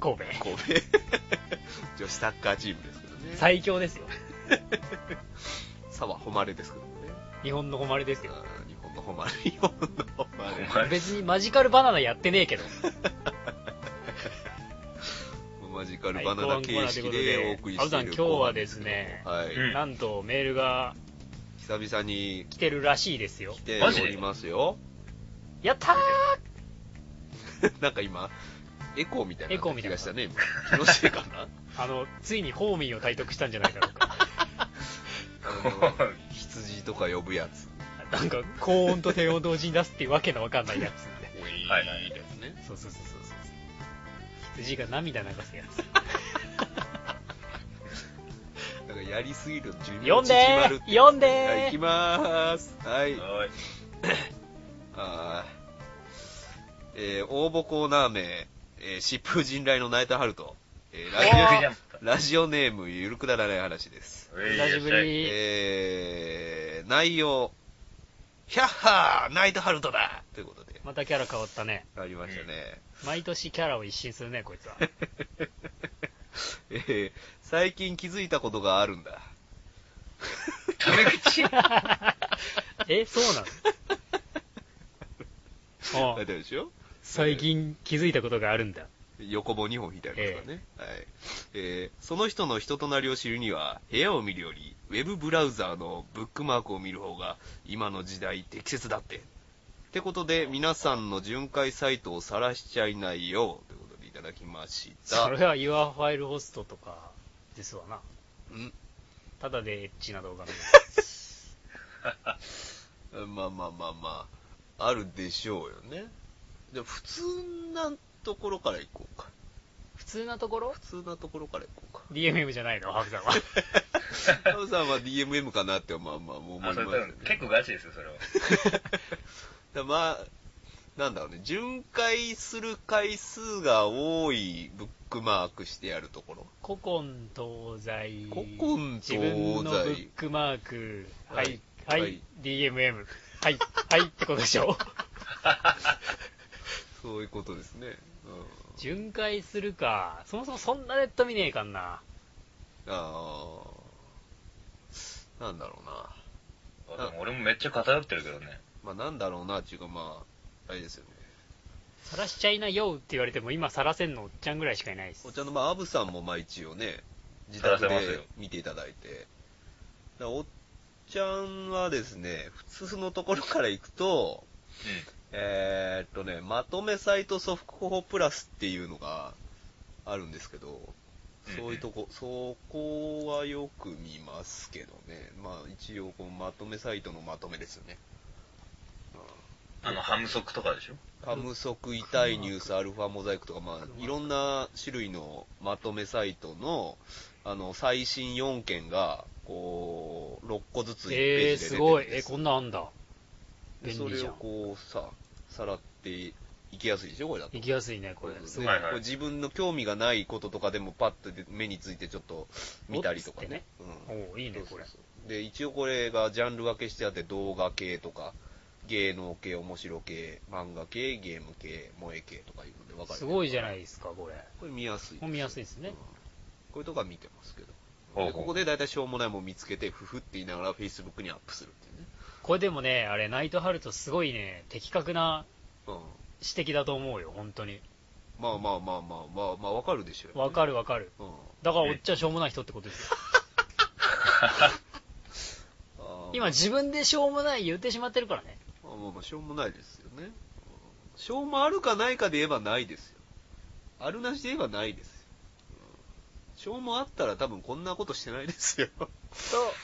S1: 神戸
S3: 神戸 *laughs* 女子サッカーチームですけどね
S1: 最強ですよ
S3: 沢誉れですけどね
S1: 日本の誉れですよ
S3: うん日本の誉れ日本の誉れ
S2: お前
S1: 別にマジカルバナナやってねえけど
S3: マジカルバナナ形式でお送りしている
S1: はい後半コーナーということで青木さん今日はですね
S3: はい、
S2: うん
S1: なんとメールが
S3: 久々に
S1: 来てるらしいですよ
S3: 来。て
S2: マジ
S3: おりますよ。 *laughs*
S1: やったー
S3: なんか今、エコーみたいな
S1: エコーみ
S3: 気
S1: たい
S3: が
S1: な
S3: したね、今。気のせいかな
S1: あの、ついにホーミーを体得したんじゃないだろうか。
S3: あの
S1: *laughs*
S3: 羊とか呼ぶやつ。
S1: なんか、高音と低音同時に出すっていうわけのわかんないやつ。
S2: はいはい
S3: すね。
S1: そうそうそうそうそう。羊が涙流すやつ。
S3: なんかやりすぎると寿命
S1: 読んでー
S3: 縮まるって
S1: 読んでー
S3: はい、行きまーす。は
S2: は
S3: い。
S2: い。
S3: あーえー応募コーナー名、えー疾風陣雷の内藤春人。えー
S2: おー
S3: ラジオ、ラジオネーム、ゆるくだらない話です。
S1: 久しぶり。
S3: えー内容、ヒャッハー内藤春人だということで、
S1: またキャラ変わったね。
S3: ありましたね。
S1: 毎年キャラを一新するね、こいつは。
S3: *laughs* えー最近気づいたことがあるんだ。
S2: タメ
S3: *laughs*
S2: 口
S1: え、そうなの
S3: 書
S1: あ
S3: いてあるでしょ
S1: 最近気づいたことがあるんだ。
S3: 横棒2本引いてありますからね、はいえーその人の人となりを知るには部屋を見るよりウェブブラウザーのブックマークを見る方が今の時代適切だってってことで皆さんの巡回サイトを晒しちゃいないようということでいただきまし
S1: そ
S3: た
S1: れは Your File Host とかですわな。
S3: ん
S1: ただでエッチな動画見る。
S3: まあまあまあまああるでしょうよねで普通なところから行こうか
S1: 普通なところ
S3: 普通なところから行こうか
S1: ?DMM じゃないの、ハブさんは。
S3: ハウさんは DMM かなってまあまあ思いま
S2: あ、
S3: す
S2: それ
S3: よ
S2: 多
S3: ね
S2: 分結構ガチですよ、そ
S3: *laughs*
S2: れは。
S3: だまあ、なんだろうね、巡回する回数が多いブックマークしてやるところ。
S1: 古今東西。
S3: 古今東西
S1: 自分のブックマーク。は
S3: はい
S1: い。はい。
S3: はい
S1: DMM。はい。はい。ってことでしょ
S3: そういうことですね。うん、
S1: 巡回するか。そもそもそんなネット見ねえかんな。
S3: ああ、なんだろうな。
S2: あでも俺もめっちゃ偏ってるけどね。
S3: まあなんだろうなっていうかまあ、あれですよね。
S1: さらしちゃいなよって言われても、今さらせんのおっちゃんぐらいしかいないです
S3: お。茶のまあ、アブさんもまあ一応ね、自宅
S2: 探せます
S3: で
S2: よ
S3: 見ていただいて。だおっちゃんはですね、普通のところから行くと、えーっとね、まとめサイトソフトプラスっていうのがあるんですけど、そういうとこ、そこはよく見ますけどね。まあ一応こうまとめサイトのまとめですよね。
S2: うん。あの、ハムソクとかでしょ
S3: ハムソク、痛いニュース、アルファモザイクとか、まあいろんな種類のまとめサイトの、あの、最新4件が、こう、6個ずつ1ペ
S1: え
S3: ー
S1: ー、
S3: ジです出てる
S1: ご
S3: ん
S1: い。
S3: で
S1: え、
S3: す。
S1: こんなんあんだ。
S3: で
S1: 便利
S3: そ
S1: じ
S3: れ
S1: ゃ
S3: を
S1: ん。
S3: こうさ、さらっていきやすいでしょ、これだと。
S1: 行きやすいね、こ
S3: こ
S1: れ
S3: れ。
S1: すごい。
S2: はいはい
S3: こう自分の興味がないこととかでもパッと目についてちょっと見たりとかね。うん
S1: おおいいね、
S3: そ
S1: こ
S3: う
S1: れ
S3: そう。そうで、一応これがジャンル分けしてあって、動画系とか、芸能系、面白系、漫画系、ゲーム系、萌え系とかいうので分かれてる
S1: すごいじゃないですか、これ。
S3: これ見やすい。
S1: もう見やすいですね
S3: うんこういうとこは見てますけど。
S2: ほう
S3: で
S2: ほう
S3: ここで大体しょうもないもん見つけて、ふふって言いながら Facebook にアップするっていうね。
S1: これでもね、あれ、ナイトハルトすごいね、的確な
S3: うん。
S1: 指摘だと思うよ、本当に。
S3: まあまあまあまあまあまあ、わかるでしょうよ。
S1: わかるわかる。
S3: うん。
S1: だから、おっちゃんしょうもない人ってことですよ。
S3: あー
S1: 今、自分でしょうもない言ってしまってるからね。
S3: まあまあまあ、しょうもないですよね。うんしょうもあるかないかで言えばないですよ。あるなしで言えばないですよ。うんしょうもあったら多分こんなことしてないですよ。
S1: と、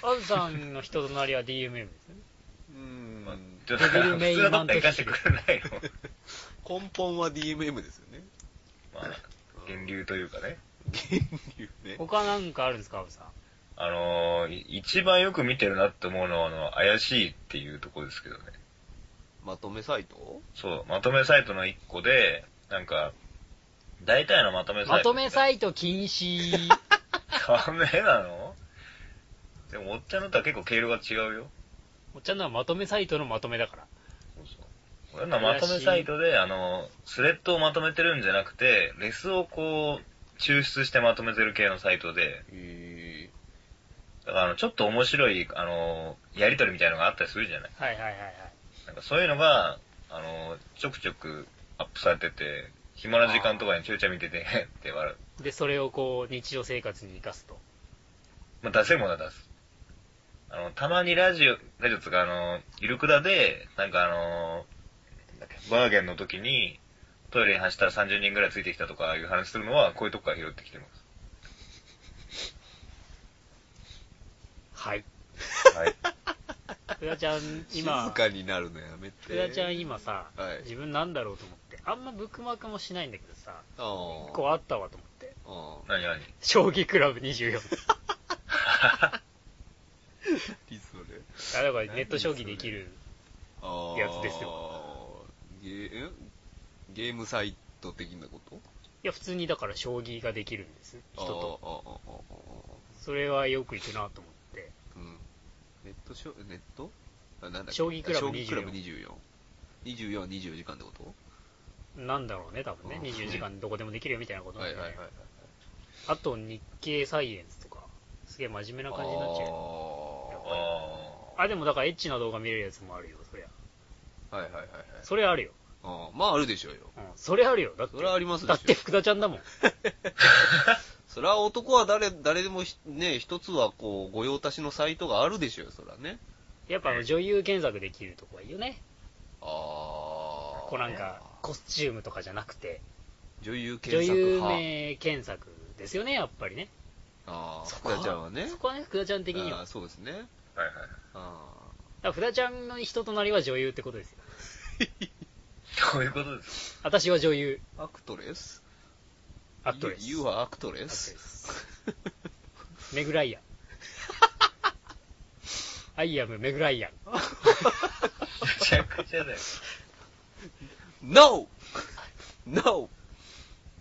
S1: アズさんの人となりは DMM ですね。
S3: うん
S2: まあ、
S1: デビルメインマ
S2: 普通のとこ行
S1: ン的
S2: かせてくれないの
S3: *laughs* 根本は DMM ですよね。
S2: まあ、源流というかね。
S3: 源流ね。
S1: 他なんかあるんですか、アズさん。
S2: あのー、い一番よく見てるなって思うのは、あの、怪しいっていうとこですけどね。
S3: まとめサイト
S2: そう、まとめサイトの一個で、なんか、大体のまとめサイト。
S1: まとめサイト禁止。 *laughs*
S2: ダメなのでも、おっちゃんのとは結構毛色が違うよ。
S1: おっちゃんのはまとめサイトのまとめだから。
S2: そうそう。俺のはまとめサイトで、あの、スレッドをまとめてるんじゃなくて、レスをこう、抽出してまとめてる系のサイトで、
S3: え
S2: だからあの、ちょっと面白い、あの、やりとりみたいなのがあったりするじゃない
S1: はいはいはいはい。
S2: なんかそういうのが、あの、ちょくちょくアップされてて、暇な時間とかにちょいちょい見てて、へっって笑う。
S1: で、それをこう、日常生活に生かすと。
S2: まあ、出せるものは出す。あの、たまにラジオ、ラジオつうか、あの、ゆるくだで、なんかあの、なんだっけバーゲンの時に、トイレに走ったら30人ぐらいついてきたとかいう話するのは、こういうとこから拾ってきてま
S1: はい。
S2: す。はい。
S1: 福田ちゃん、
S3: 静
S1: 今、
S3: かになるのやめて。
S1: 福田ちゃん今さ、
S3: はい
S1: 自分なんだろうと思って、あんまブックマークもしないんだけどさ、
S3: あ
S1: 1
S3: ー
S1: 個あったわと思って。
S3: あ
S2: *laughs*
S3: ー。
S2: 何何
S1: 将棋クラブ24。 *laughs*
S3: いつそれ
S1: あだからネット将棋できる。
S3: ああ。
S1: やつです
S3: ゲーんゲームサイト的なこと
S1: いや、普通にだから将棋ができるんです。人と。
S3: あーあーあーあー
S1: それはよく行くなと思って。
S3: あーうん。ネットショ、ネットあなんだっけ
S1: 将棋クラブ
S3: 将棋クラブ
S1: 24
S3: 24。24は24時間ってこと
S1: なんだろうね、多分ね。
S3: うん
S1: 24時間どこでもできるよみたいなことなん
S3: は
S1: で
S3: いはいはい。
S1: あと、日経サイエンスとか。すげえ真面目な感じになっちゃうよ。
S2: あ
S3: あ
S2: あ
S1: あ、でもだからエッチな動画見れるやつもあるよ、そりゃ。
S3: あ。はいはいはいはい。
S1: それあるよ。
S3: ああまああるでしょうよ。
S1: うん、それあるよ。だって。
S3: それはありますでしょ
S1: だって福田ちゃんだもん。
S3: それは男は誰、誰でもひね、一つはこう、御用達のサイトがあるでしょうよ、そらね。
S1: やっぱあの女優検索できるとこはいいよね。
S3: ああ。
S1: こうなんか、コスチュームとかじゃなくて、
S3: 女優
S1: 女
S3: 検索
S1: 優
S3: 派。
S1: 名検索ですよね、やっぱりね。
S3: ああ、
S1: そ
S3: ふ
S1: こ
S3: くらちゃんはね。
S1: そこはね、福田ちゃん的には。
S3: あ
S1: だ
S3: ー
S1: か
S3: そうですね。
S2: ー。はいはい。
S3: あ
S1: ら福田ちゃんの人となりは女優ってことですよ。
S2: どういうことです
S1: 私は女優、
S3: あ。アクトレス
S1: アクトレス。
S3: You you are アクト
S1: ア
S3: レ
S1: クトレ
S3: ス
S1: ス。メグライアン。 *laughs* アイアムメグライアン。
S2: かめちゃくちゃだよ。
S3: ?No! No!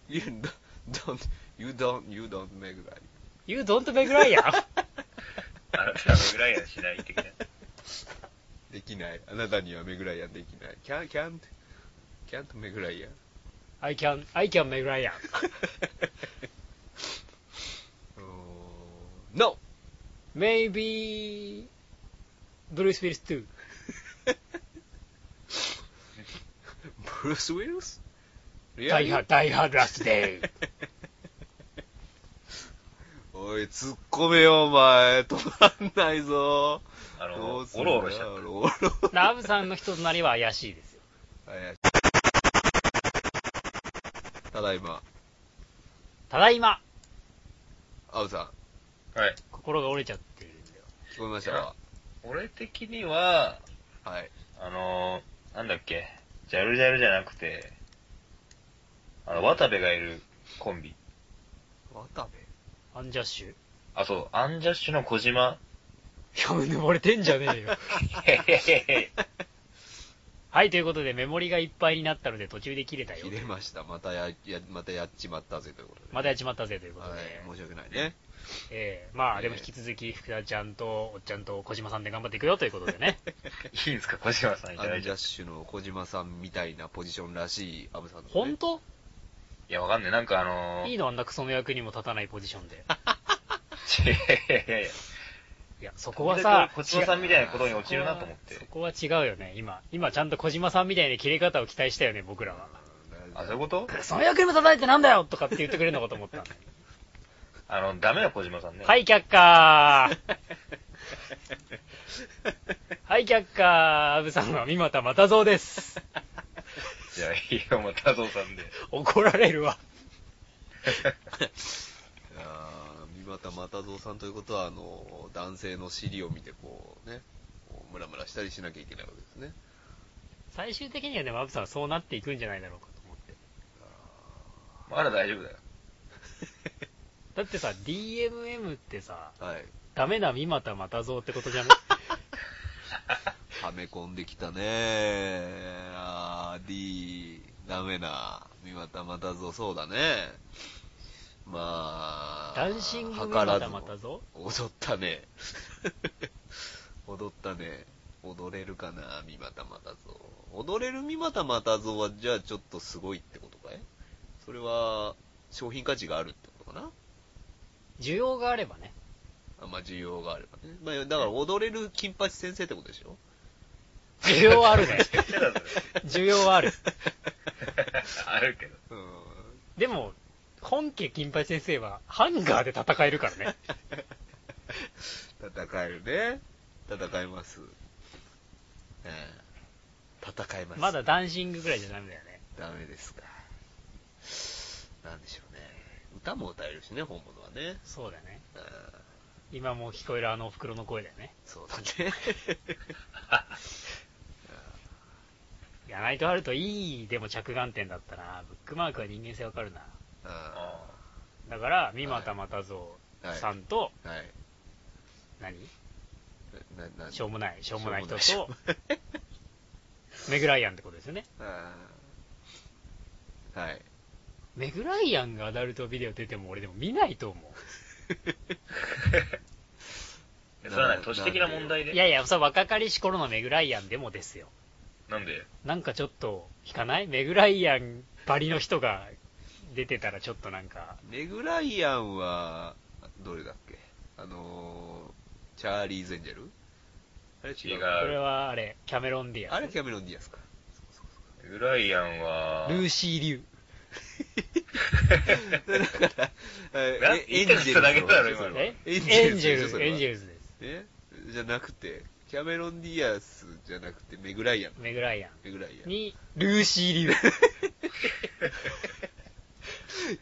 S3: You don't, don't, you don't, you don't make that.
S1: You don't メグライアン
S2: あなたのぐらいはしない的な。
S3: できない。あなたにはめぐらいやできない。can't, can't, can't めぐらいや。 *laughs*
S1: I can, I can メグライアン。
S3: うーん No!
S1: Maybe, ブルース・ウィルス2。
S3: ブルース・ウィルス
S1: ダイハー、ダイハーラストデイ。
S3: おい、突っ込めよ、お前。止まんないぞ。
S2: あ
S3: ど
S2: の
S3: う、す
S2: お
S3: んだ
S2: ろお
S3: よ
S2: ろしちゃった。
S3: おろおろ
S1: ラブさんの人となりは怪しいですよ。
S3: はいただいま、
S1: ただいま、
S3: アウさ
S2: はい。
S1: 心が折れちゃってるんだよ。
S3: ん、聞こえましたか
S2: 俺的には、
S3: はい。
S2: あのー、なんだっけ、ジャルジャルじゃなくて、あの、渡部がいるコンビ。
S3: 渡部
S1: アンジャッシュ。い
S2: あ、そう、アンジャッシュの小島。
S1: *laughs* や、埋もれてんじゃねえよ。
S2: へへへへ
S1: はい、ということで、メモリがいっぱいになったので途中で切れたよ
S3: 切。れました。またや、や、またやっちまったぜということで。
S1: またやっちまったぜということ
S3: は
S1: で。
S3: い、申し訳ないね。
S1: ええまあ、
S3: ええ
S1: でも引き続き、福田ちゃんと、おっちゃんと小島さんで頑張っていくよということ
S2: *laughs*
S1: でね。
S2: いいんですか、小島さんいた
S3: ア
S2: だ
S3: ン
S2: い
S3: ジ
S2: ち
S3: ャ
S2: ゃっ
S3: ッシュの小島さんみたいなポジションらしいアブさん、ね。
S1: 本当
S2: て。いや、わかんない。なんかあのー、
S1: いいのあんなクソの役にも立たないポジションで。
S2: いやいやいや
S1: いや、そこ
S2: こ
S1: はさ、
S2: 小島さんみたいなことに
S1: 違う
S2: 陥るなと思って
S1: そ。こは違うよね、今。今ちゃんと小島さんみたいな切れ方を期待したよね、僕らは。
S2: あ、そういう
S3: こ
S2: こと
S1: その役にも立たないってなんだよとかって言ってくれるのかと思ったんだ
S2: *laughs*
S1: けど
S2: あの、ダメな小島さんね。。
S1: はいい、却下はい、却下アブさんは三股又
S2: *laughs*
S1: 蔵です。
S2: じゃあ、いいよ、もう太蔵さんで。
S1: 怒られるわ。
S3: いやー三股又蔵さんということは、あの、男性の尻を見て、こうね、こうムラムラしたりしなきゃいけないわけですね。
S1: 最終的にはでもアブさんはそうなっていくんじゃないだろうかと思って。
S2: まだ大丈夫だよ。 *laughs*
S1: だってさ、DMM ってさ、
S3: はい。
S1: ダメな三股又蔵ってことじゃない
S3: はめ込んできたねあー、D、ダメな。三股又蔵、そうだね。 *laughs* まあ、
S1: ダンシング三
S3: 図ら
S1: 股
S3: ずも
S1: 又蔵
S3: 踊ったね。踊ったね。踊れるかな、三股又蔵。踊れる三股又蔵は、じゃあちょっとすごいってことかいそれは、商品価値があるってことかな
S1: 需要があればね。
S3: あまあ、需要があればね。まあ、だから踊れる金八先生ってことでしょ
S1: 需要はあるね。
S2: 言ってたぞ。
S1: 需要はある。
S2: あるけど。
S3: うん。
S1: でも、本家金八先生はハンガーで戦えるからね。
S3: 戦えるね。戦います。ええ戦います。
S1: まだダンシングぐらいじゃダメだよね。
S3: ダメですか。なんでしょうね。歌も歌えるしね、本物はね。
S1: そうだね。
S3: うん
S1: 今もう聞こえるあのお袋の声だよね。
S3: そうだね。
S1: いや、ナイトハルトいい、でも着眼点だったな。ブックマークは人間性わかるな。
S3: うん
S2: あ
S1: だから、三股又蔵さんと、
S3: はい。な、な、な
S1: 何しょうもない、しょうもない人
S3: しょう
S1: と
S3: も、ない人
S1: メグライアンってことですよね。
S3: うんはい。
S1: メグライアンがアダルトビデオ出ても俺でも見ないと思
S2: ーえそれはね、都市的な問題
S1: う。
S2: で。
S1: いやいや、それ若かりし頃のメグライアンでもですよ。
S2: なんで
S1: なんかちょっと、引かないメグライアンばりの人が出てたらちょっとなんか、
S3: メグライアンは、どれだっけあのー、チャーリー・ゼンジェルあれ違う。
S1: こ
S2: 違う
S1: れはあれ、キャメロン・ディアス。
S3: あれキャメロン・ディアスか。
S2: グライアンは、
S1: ルーシー・リュウ。
S3: *laughs* だから、え
S2: な
S3: エ
S2: 言ったらつなげただろ今の
S1: え
S3: エ
S1: エ
S3: ン
S1: ン
S3: ジ
S1: ジ
S3: ェ
S1: ェ
S3: ル
S1: ル
S3: ズでしょそ
S1: ズ、
S3: れは
S1: エンジェルズです。
S3: えじゃなくて、キャメロン・ディアスじゃなくて、メグライアン。
S1: メグライア
S3: メグライア
S1: ン
S3: ン。
S1: に、ルーシー・リュウ。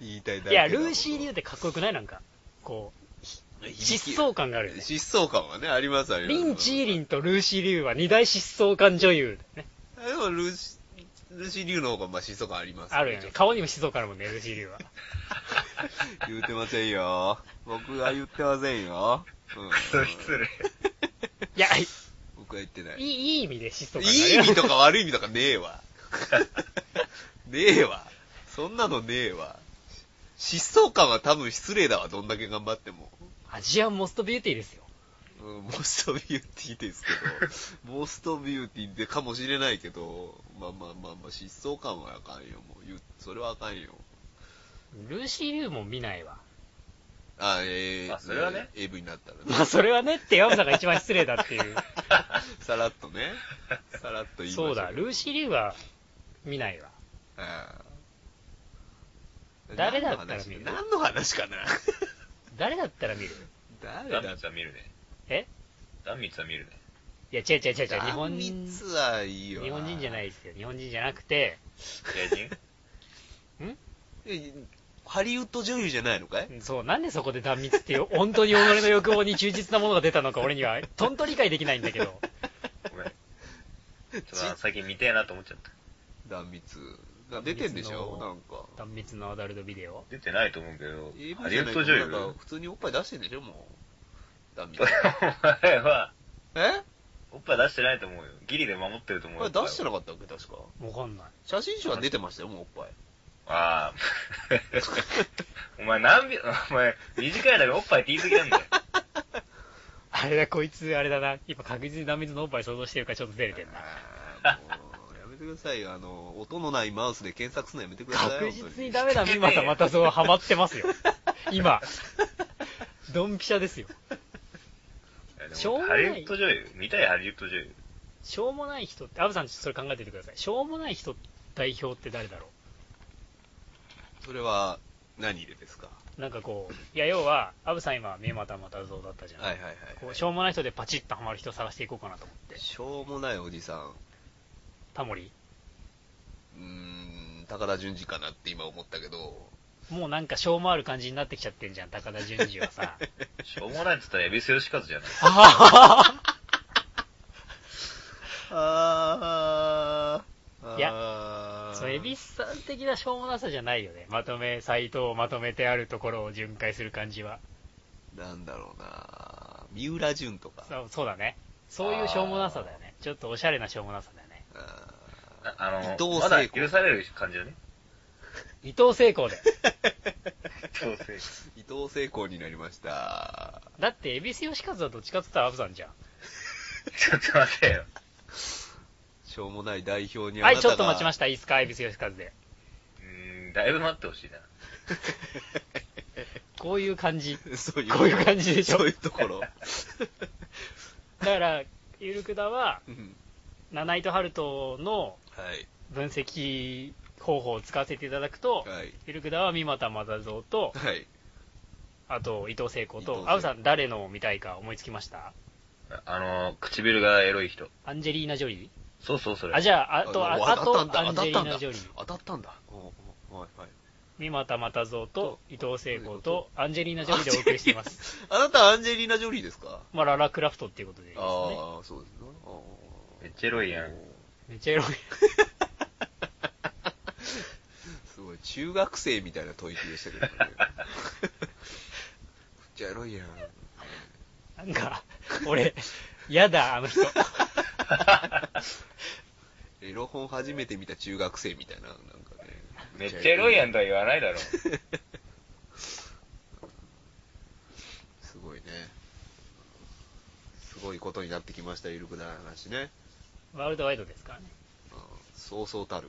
S3: 言いたいだけ
S1: いや、ルーシー・リュウ
S3: ー
S1: ってかっこよくないなんか、こう、
S3: き
S1: 疾走感があるよね。
S3: 疾走感はね、あります、あります。
S1: リン・チーリンとルーシー・リュウは二大疾走感女優だよね。
S3: あでもルーシ、ルーシー・リュウの方がまあ疾走感あります、
S1: あるよね。顔にも疾走感あるもんね、ルーシー・リュウは。
S3: 言うてませんよ。僕は言ってませんよ。うん
S2: *laughs* そう失礼。
S1: いや、い
S3: 僕は言ってない。
S1: い
S3: い
S1: いい意味で疾走感がある
S3: い意味とか悪い意味とかねえわ。ねえわ。そんなのねえわ。疾走感は多分失礼だわ、どんだけ頑張っても。
S1: アジアン・モスト・ビューティーですよ。
S3: うんモストビューティーですけど、モストビューティーでかもしれないけど、まあまあまあまあ、疾走感はあかんよ、もう言う。それはあかんよ。
S1: ルーシー・リュウも見ないわ。
S3: あ、えー、
S2: あそれはね
S3: えー AV になったらね。
S1: *laughs* *laughs* まあ、それはねって山さんが一番失礼だって *laughs* いう。
S3: さらっとね。さらっと言いましたけど
S1: そうだ、ルーシー・リュウは見ないわ。
S3: うん
S1: 誰だったら見る
S3: 何の話かな *laughs*
S1: 誰だったら見る
S3: 誰だ
S2: ダ
S3: っ
S2: ン
S3: たら
S2: ミツは見るね。
S1: え
S2: ダンミツは見るね。
S1: いや、違う違う違う違う、日本
S3: 壇
S1: 人、
S3: 蜜はいいよ。。
S1: 日本人じゃないいですよ。日本人じゃなくて、
S2: 外人
S3: えハリウッド女優じゃないのかい
S1: そう、なんでそこで断密っていう、本当に己の欲望に忠実なものが出たのか、俺には、とんと理解できないんだけど。 *laughs*
S2: ごめん。ちょっと最近見てえなと思っちゃった。
S3: 壇蜜が出てんでしょなんか。
S1: 断密のアダルトビデオ。
S2: 出てないと思うけど
S3: AV、
S2: ハリウッド
S3: じ
S2: 女優
S3: ゃないけどなんか普通におっぱい出してんでしょもう。壇
S1: *laughs*
S3: 蜜
S2: それお *laughs* 前は、
S3: え
S2: おっぱい出してないと思うよ。ギリで守ってると思う
S3: これ
S2: よ。
S3: 出して
S2: る
S3: なかったっけ確か。
S1: わかんない。
S3: 写真集は出てましたよ、もうおっぱい。
S2: ああ。 *laughs* お前何秒、お前、短いだけおっぱいって言い過ぎなんだよ。
S1: あれだ、こいつ、あれだな。今確実に断密のおっぱい想像してるからちょっと出れてんな。
S3: あーもうやめてくださいよ。あの、音のないマウスで検索するのやめてください。
S1: 確実に
S3: 本
S1: ダメだ、三股またそうハマってますよ。今。ドンピシャですよ。
S2: いやでも
S1: しょうも
S2: ハ
S1: ない
S2: リウッド女優。見たいハリウッド女優。
S1: しょうもない人って、アブさんちょっとそれ考えておいてください。しょうもない人代表って誰だろ
S3: 当にそれは、何でですか
S1: うなんかこう、いや、要は、アブさん今、目またまた像だったじゃん。
S3: はいはいはい。
S1: こうしょうもない人でパチッとハマる人探していこうかなと思って。
S3: しょうもないおじさん、
S1: タモリ。
S3: うーん、高田純次かなって今思ったけど、
S1: もうなんかしょうもある感じになってきちゃってんじゃん、高田純次はさ。
S2: しょうもないって言ったら、エビスヨシカズじゃない。
S3: あー、
S1: いや
S3: や
S1: その蛭子さん的なしょうもなさじゃないよね。まとめ、サイトをまとめてあるところを巡回する感じは。
S3: なんだろうな三浦淳とか。
S1: そうそうだね。そういうしょうもなさだよね。ちょっとおしゃれなしょうもなさだよね。
S3: あ
S2: ああの、
S3: 伊藤聖子
S2: まだ許される感じだね。
S1: 伊藤聖子で。
S2: 伊藤聖
S3: ー伊藤聖子になりました。
S1: だって、恵比寿義和はどっちかって言ったらアブさんじゃん。
S2: ちょっと待ってよ。
S3: しょうもない代表にあ
S1: は、
S3: ないた
S1: ち
S3: が
S1: ょっと待ちました。いいっすか、恵比寿義和で。
S2: うーん、だいぶ待ってほしいな。
S1: こういう感じ。
S3: *laughs* そういう
S1: こういう感じでしょ
S3: そういうと
S1: *laughs*
S3: ころ。
S1: だから、ゆるくだは、
S3: うん
S1: ナナイトハルトの
S3: はい。
S1: 分析方法を使わせていただくと、
S3: はい。
S1: ゆるくだは三股又蔵と、
S3: はい。
S1: あと伊藤聖子
S3: 伊藤聖
S1: と、
S3: 子
S1: アブさん誰のを見たいか思いつきました
S2: あの、唇がエロい人。
S1: アンジェリーナ・ジョリ
S2: そうそう、そ
S1: ー
S2: れ。
S1: あ、じゃあ、あと、
S3: あ
S1: ああ
S3: 当たったん
S1: と、
S3: だ
S1: アンジェリーナ・ジョリー。
S3: 当たったんだ。おおおはいはい。
S1: 三股又蔵と伊藤聖子とアンジェリーナ・ジョリーでお送りしています。
S3: あなたはアンジェリーナ・ジョリーですか
S1: まあ、ララクラフトっていうことでいいですかね。
S3: ああ、そうですね。あー
S2: めっちゃエロいやん
S3: おー
S1: めっちゃエロい。
S3: すごい、中学生みたいな吐息でしたけどね。めっちゃエロいやん。
S1: なんか、俺、やだ、あの人。
S3: エロ本初めて見た中学生みたいな、なんかね。
S2: めっちゃエロいやん
S3: ん。
S2: とは言わないだろ。
S3: すごいね。すごいことになってきました、ゆるくない話ね。
S1: ワールドワイドですからね。
S3: うんそうそうたる。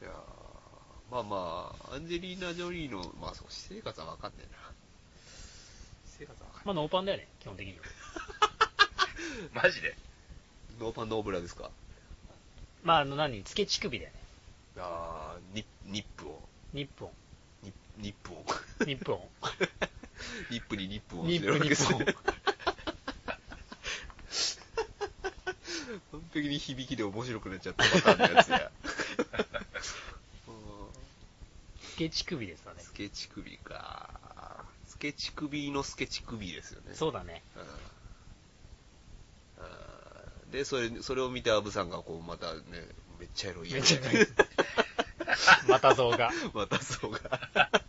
S3: いやーまあまあ、アンジェリーナ・ジョリーの、まあそう、私生活はわかんねえな。私生活はわかんね
S1: まあ、ノーパンだよね、基本的には。
S2: マジで。
S3: え。ノーパンノーブラですか
S1: まあ、あの何、付け乳首だよね。
S3: あー、ニニップを。
S1: ニップオン。
S3: ニニップを。
S1: ニップオン。
S3: ニップにニップを
S1: ニップニップオン。
S3: *laughs* 完璧に響きで面白くなっちゃったパターンのや
S1: *laughs*
S3: つや。うん
S1: 付け乳首ですわね。
S3: スケチ首か。スケチ首のスケチ首ですよね。
S1: そうだね。
S3: うん。あーで、それ、それを見てアブさんがこう、またね、めっちゃエロいよ
S1: めっ
S3: ね。
S1: ちゃエロいまた像が。
S3: *laughs* またそうが。 *laughs*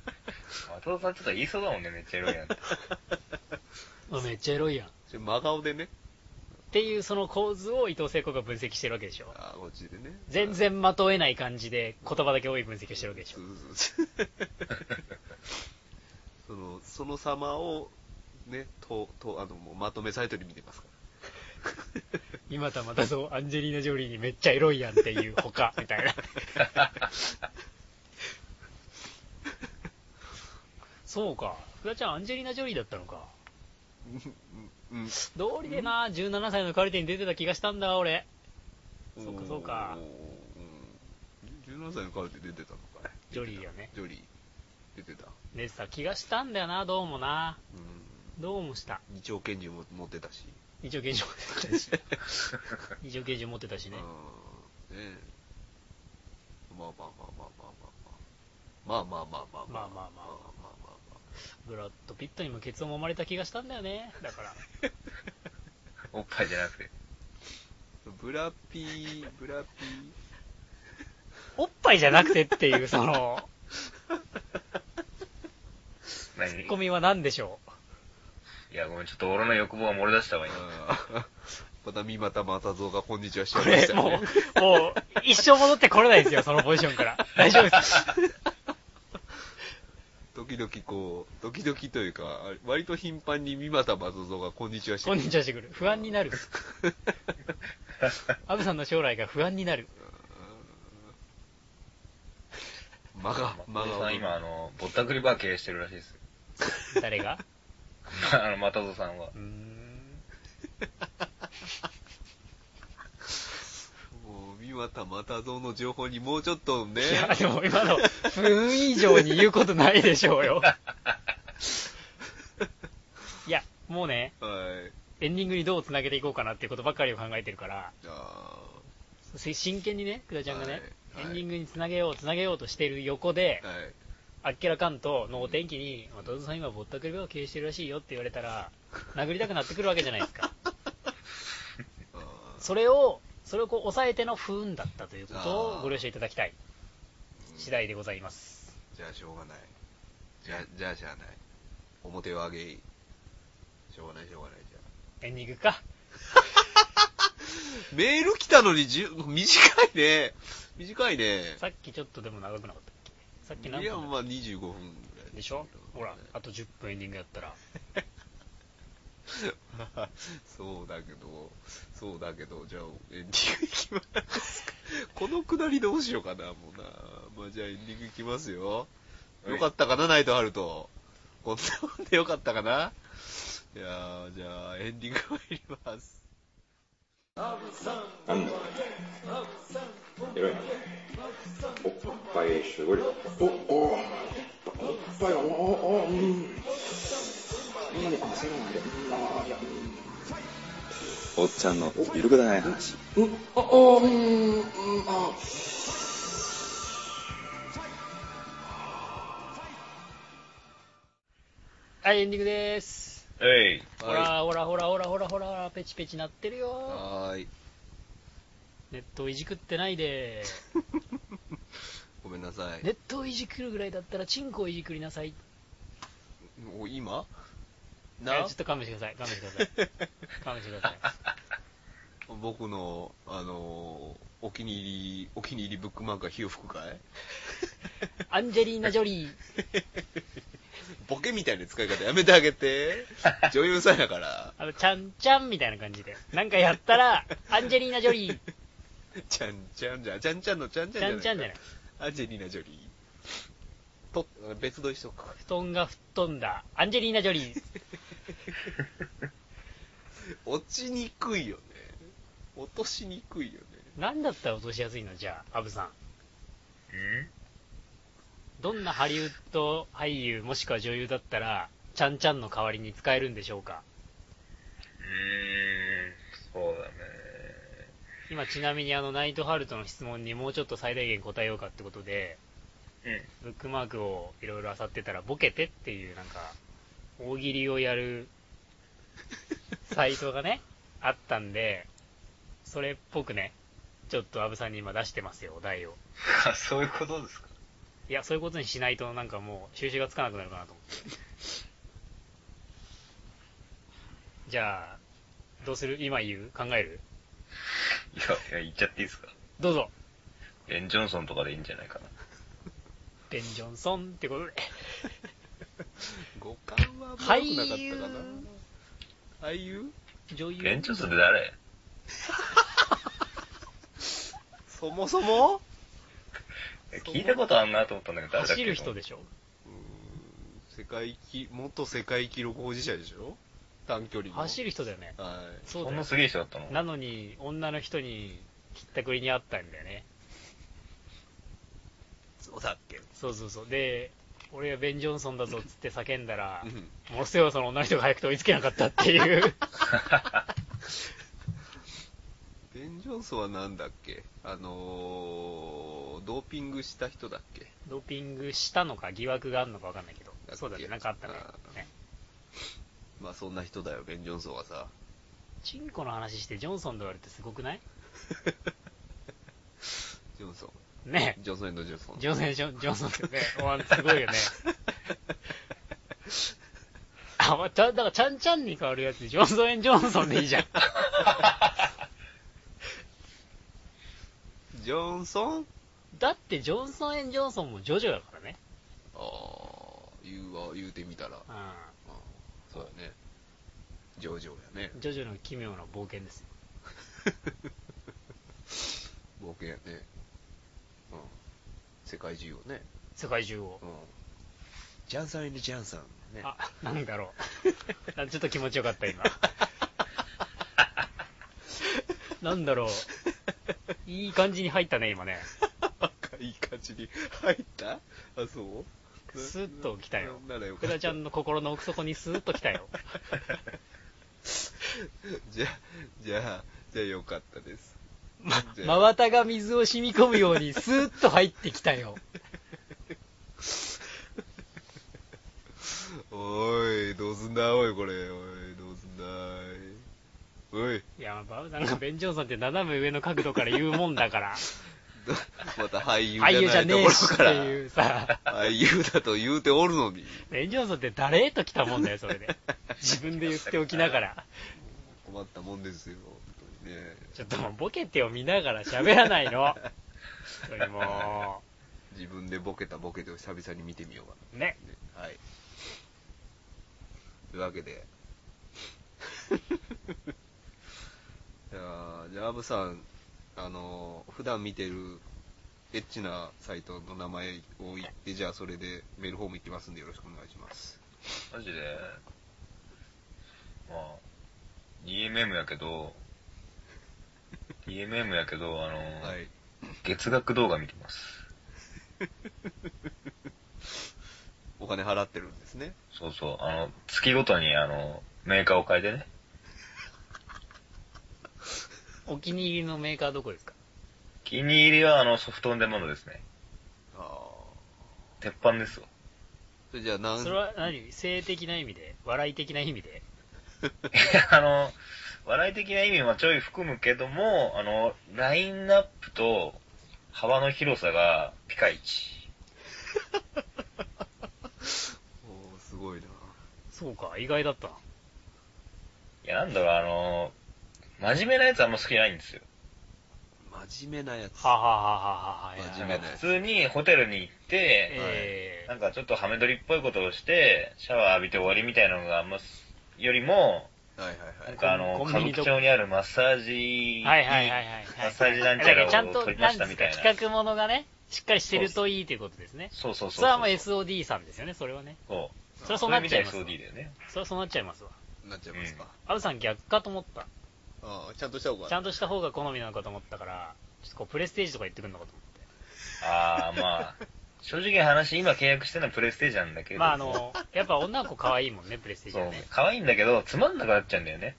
S2: 松尾さんちょっと言いそうだもんね、めっちゃエロいやんって。
S1: うわめっちゃエロいやん。っ
S3: それ真顔でね。
S1: ていう、その構図を伊藤聖子が分析してるわけでしょ。
S3: あーこっちでね。
S1: 全然まとえない感じで、言葉だけ多い分析をしてるわけでしょ
S3: そ。うそうそう *laughs* その、その様を、ね、と、と、あの、もうまとめサイトで見てますか
S1: 今たまた像、アンジェリーナ・ジョリーにめっちゃエロいやんっていうほ
S3: *laughs*
S1: か、みたいな。そうか。福田ちゃん、アンジェリーナ・ジョリーだったのか。
S3: ら。うん、うん。
S1: 道理でな、17歳のカルテに出てた気がしたんだ、俺。そうかそうか
S3: おー。うん。17歳のカルテ出てたのかい
S1: ジョリーよね。
S3: ジョリー。出てた。
S1: 出てた気がしたんだよな、どうもな。
S3: うん。
S1: どうもした。
S3: 二丁拳銃も持ってたし。
S1: 一応現状持って
S3: *laughs*
S1: たし。一応現状持ってたし
S3: うん。
S1: ね
S3: ね。えまあまあまあまあまあまあまあ。まあまあまあまあまあ。
S1: まあまあまあ
S3: まあまあまあ
S1: ブラッド・ピットにもケツを揉まれた気がしたんだよね。だから。
S2: おっぱいじゃなくて。
S3: ブラピー、ブラピー。
S1: おっぱいじゃなくてっていう、そ
S3: *laughs*
S1: の、ツ
S2: 何
S1: ッコミは何でしょう。
S2: いや、ごめん、ちょっと俺の欲望が漏れ出したわ、今。
S3: あーまた三股又蔵がこんにちはしちゃ
S1: こ
S3: いまし
S1: れ、
S3: た
S1: も
S3: ね。
S1: う、 *laughs* もう、一生戻ってこれないですよ、そのポジションから。 *laughs* 大丈夫です。
S3: 時々こう、時々というか、割と頻繁に三股又蔵がこんにちはして
S1: こんにち
S3: は。
S1: はしてくる。不安になる。アブさんの将来が不安になる。
S2: *laughs*
S3: 間が、間
S2: 松尾さ
S3: が。
S2: ん今、あの、ぼったくりバー経営してるらしいです *laughs* よ。
S1: 誰が
S2: あの、松尾さんは
S1: う。ーん。
S3: もう、三股又蔵の情報にもうちょっとね。
S1: いや、でも今の、不運以上に言うことないでしょ *laughs* うよ。いや、もうね、
S3: はい。
S1: エンディングにどう繋げていこうかなっていうことばっかりを考えてるから、
S3: あ
S1: せ真剣にね、くだちゃんがね、
S3: はい
S1: エンディングに繋げよう、繋げようとしてる横で
S3: ー、はい。
S1: あっけらかんとのお天気に、まあ、トズさん今ぼったくりを経営してるらしいよって言われたら、殴りたくなってくるわけじゃないですか。
S3: あー
S1: それを、それをこう抑えての不運だったということをご了承いただきたい次第でございます。
S3: じゃあ、しょうがない。じゃあ、じゃあ、しゃあない。表を上げ、しょうがない、しょうがない、じゃあ。
S1: エンディングか。
S3: メール来たのにじゅ、短いね。短いね。
S1: さっきちょっとでも長くなかったっけさっき何
S3: いや、
S1: 分
S3: まあ、25分ぐらい。
S1: でしょほら、あと10分エンディングやったら。
S3: そうだけど、そうだけど、じゃあ、エンディングいきま
S1: *laughs*
S3: すか。このくだりどうしようかな、もうな。まあ、じゃあ、エンディングいきますよ。よかったかな、ナイトハルト。こんなもんでよかったかないやー、じゃあ、エンディング参ります。
S4: エロいなおっぱいすごいよおおおっぱいおおおうんうん
S5: おっちゃんのゆるくだない話。
S1: はい、エンディングです。
S2: えい。
S1: ほらほらほらほらほらほら、ペチペチ鳴ってるよ。
S3: はーい。
S1: ネットをいじくってないで。
S3: ごめんなさい。
S1: ネットをいじくるぐらいだったら、チンコをいじくりなさい。
S3: もう今
S1: え
S3: な
S1: ちょっと勘弁してください。勘弁してください。勘弁してください。
S3: 僕の、あのーお気に入り、お気に入りブックマークは火を吹くかい
S1: アンジェリーナ・ジョリー。
S3: ボケみたいな使い方やめてあ
S1: *laughs*
S3: げて。女優さんやから。
S1: あの、ちゃんちゃんみたいな感じで。なんかやったら、アンジェリーナ・ジョリー。
S3: ちゃんちゃんじゃん。ちゃんちゃんのちゃんち
S1: ち
S3: ゃ
S1: ゃ
S3: ん
S1: ん
S3: じ
S1: ち
S3: ゃ
S1: ゃ
S3: ない
S1: んじゃない。
S3: アンジェリーナ・ジョリー。と、別撮りしとくか。
S1: 布団が吹っ飛んだ、アンジェリーナ・ジョリー。
S3: 落ちにくいよね。落としにくいよね。
S1: なんだったら落としやすいのじゃあ、アブさん。
S2: うん
S1: どんなハリウッド俳優もしくは女優だったら、ちゃんちゃんの代わりに使えるんでしょうか
S2: うーん、そうだね。
S1: 今ちなみにあの、ナイトハルトの質問にもうちょっと最大限答えようかってことで、
S2: うん。 *laughs*
S1: ブックマークをいろいろ漁ってたら、ボケてっていうなんか、大喜利をやるサイトがね、あったんで、それっぽくね、ちょっとアブさんに今出してますよ、お題を。
S2: あ、そういうことですか。
S1: いや、そういうことにしないとなんかもう収集がつかなくなるかなと思って。じゃあ、どうする今言う考える
S2: いや、いや、言っちゃっていいですか。
S1: どうぞ。
S2: ベン・ジョンソンとかでいいんじゃないかな。
S1: ベン・ジョンソンってことで。
S3: 五感は危なくなかったかな。俳優
S1: 女優
S2: ベン・ジョンソンって誰
S3: そもそも
S2: 聞いたことあんなと思ったんだけど、誰だっけ
S1: 走る人でしょ
S3: うーん世界記、元世界記録保持者でしょ短距離の。
S1: 走
S3: る。
S1: る人だよね。
S3: は
S1: そう
S2: そ
S1: だ
S2: ん
S1: よ
S2: な。すげえ人だったの
S1: なのに、女の人に、ひったくりにあったんだよね。
S3: い。そうだっけ
S1: そうそうそう。で、俺がベン・ジョンソンだぞっつって叫んだら
S3: う、ん。
S1: ものすごいその女の人が早くて追いつけなかったっていう。
S3: ベン・ジョンソンはなんだっけあのー、ドーピングした人だっけ
S1: ドーピングしたのか疑惑があるのか分かんないけど
S3: っ。け
S1: そうだね、なんかあったね
S3: あ。ー
S1: ね
S3: まあそんな人だよ、ベン・ジョンソンはさ。
S1: チンコの話してジョンソンで言われてすごくない
S3: ジョンソ
S1: ね
S3: ン。ジョンソンジョンソン。
S1: ジョンソン、ジョンジョンソンってね、おわんすごいよね。 *laughs* あ、まあちゃん、だから、ちゃんちゃんに変わるやつ、ジョンソンエンジョンソンでいいじゃ *laughs* ん。
S3: ジョンソン
S1: だって、ジョンソンエンジョンソンもジョジョだからね。
S3: あー、言うわ、言うてみたら。
S1: う
S3: あーそうだね。ジョジョやね。
S1: ん。ジョジョの奇妙な冒険ですよ。
S3: 冒険やね。うん。世界中をね。
S1: 世界中を
S3: う。ん。ジャンさんジャンさん。ね。
S1: あ、なんだろう。あちょっと気持ちよか *laughs* った、今。なんだろう。いい感じに入ったね、今ね。
S3: いい感じに入ったあ、そう
S1: スッと来たよ
S3: ならよか
S1: 福
S3: った
S1: 田ちゃんの心の奥底にスーッと来たよ。
S3: じゃあ、じゃあ、じゃあよかった *laughs* です。
S1: ま
S3: じ、ゃ
S1: 真
S3: あ
S1: 綿が水を染み込むようにスーッと入ってきたよ。
S3: おい、どうすんだ、おい、これ。おい、どうすんだ、おい。おい、
S1: いや、バウさんがベン・ジョンソンって斜め上の角度から言うもんだから、
S3: どまた俳優
S1: 俳優
S3: じ
S1: じ
S3: ゃ
S1: ゃ
S3: ない
S1: ね
S3: と
S1: え
S3: こ
S1: しっ
S3: ろ
S1: て
S3: から、
S1: いうさ、
S3: 俳優だと言うておるのに。
S1: *laughs* ベン・ジョンソンって誰と来たもんだよ、それ
S3: *laughs*
S1: で。自分で言っておきながら、
S3: 困ったもんですよ、本当にね。
S1: ちょっともうボケてを見ながら喋らないの。それも
S3: 自分でボケたボケてを久々に見てみようか
S1: う、ね。
S3: な、ね。はい。というわけで。 *laughs* いやーじゃあ、アブさん、あのー普段見てるエッチなサイトの名前を言って、じゃあそれでメールフォーム行きますんでよろしくお願いします。
S2: マジでまあ、DMM やけど、DMM やけど、あの、
S3: はい。
S2: 月額動画見てます。
S3: お金払ってるんですね。
S2: そうそう、あの、月ごとに、あの、メーカーを変えてね。
S1: お気に入りのメーカーどこですか
S2: 気に入りはあのソフトオンデマンドですね。
S3: ああ。
S2: 鉄板ですわ。 *laughs*
S3: それじゃあ何、
S1: それは何性的な意味で笑い的な意味で
S2: いやあの、笑い的な意味はちょい含むけども、あの、ラインナップと幅の広さがピカイチ。
S3: おーすごいな。
S1: そうか、意外だった。
S2: いや、なんだろう、あの、真面目なやつあんま好きじゃないんですよ。
S3: 真面目なやつ。
S1: はあ、はあはあはあはあ、
S3: 真
S2: な
S3: 面
S2: ん
S3: 目
S2: か
S3: なや
S2: 普
S3: つ
S2: 通にホテルに行って、
S1: え
S2: なんかちょっとハメ撮りっぽいことをして、シャワー浴びて終わりみたいなのがあんま、よりも、
S3: はいはいは
S2: なん
S3: い。
S2: かあの、
S1: コ
S2: 歌
S1: ンコンビ
S2: 舞
S1: ニと
S2: 伎町にあるマッサージ
S1: ー、はいはいはいはい。
S2: マッサージなんちゃらを撮りましたみたい
S1: だ
S2: な。
S1: からちゃんと、なんですか、企画ものがね、しっかりしてるといいということですね。
S2: そうそうそうそう。
S1: それはもう SOD さんですよね、それはね。
S2: そう。
S1: それはそうなっちゃいます
S2: そ
S1: わ
S2: れみたい SOD だよね。
S1: それはそうなっちゃいますわ。
S3: なっちゃいますか。
S1: アブさん逆かと思った。
S3: ああ、ちゃんとした方が。
S1: ちゃんとした方が好みなのかと思ったから、ちょっとこうプレステージとか言ってくんのかと思って。
S2: ああ、まあ、正直な話、今契約してるのはプレステージなんだけれど
S1: ま
S2: も。
S1: ああの、やっぱ女の子可愛いもんね、プレステージ
S2: そう
S1: はね。。
S2: 可愛いんだけど、つまんなくなっちゃうんだよね。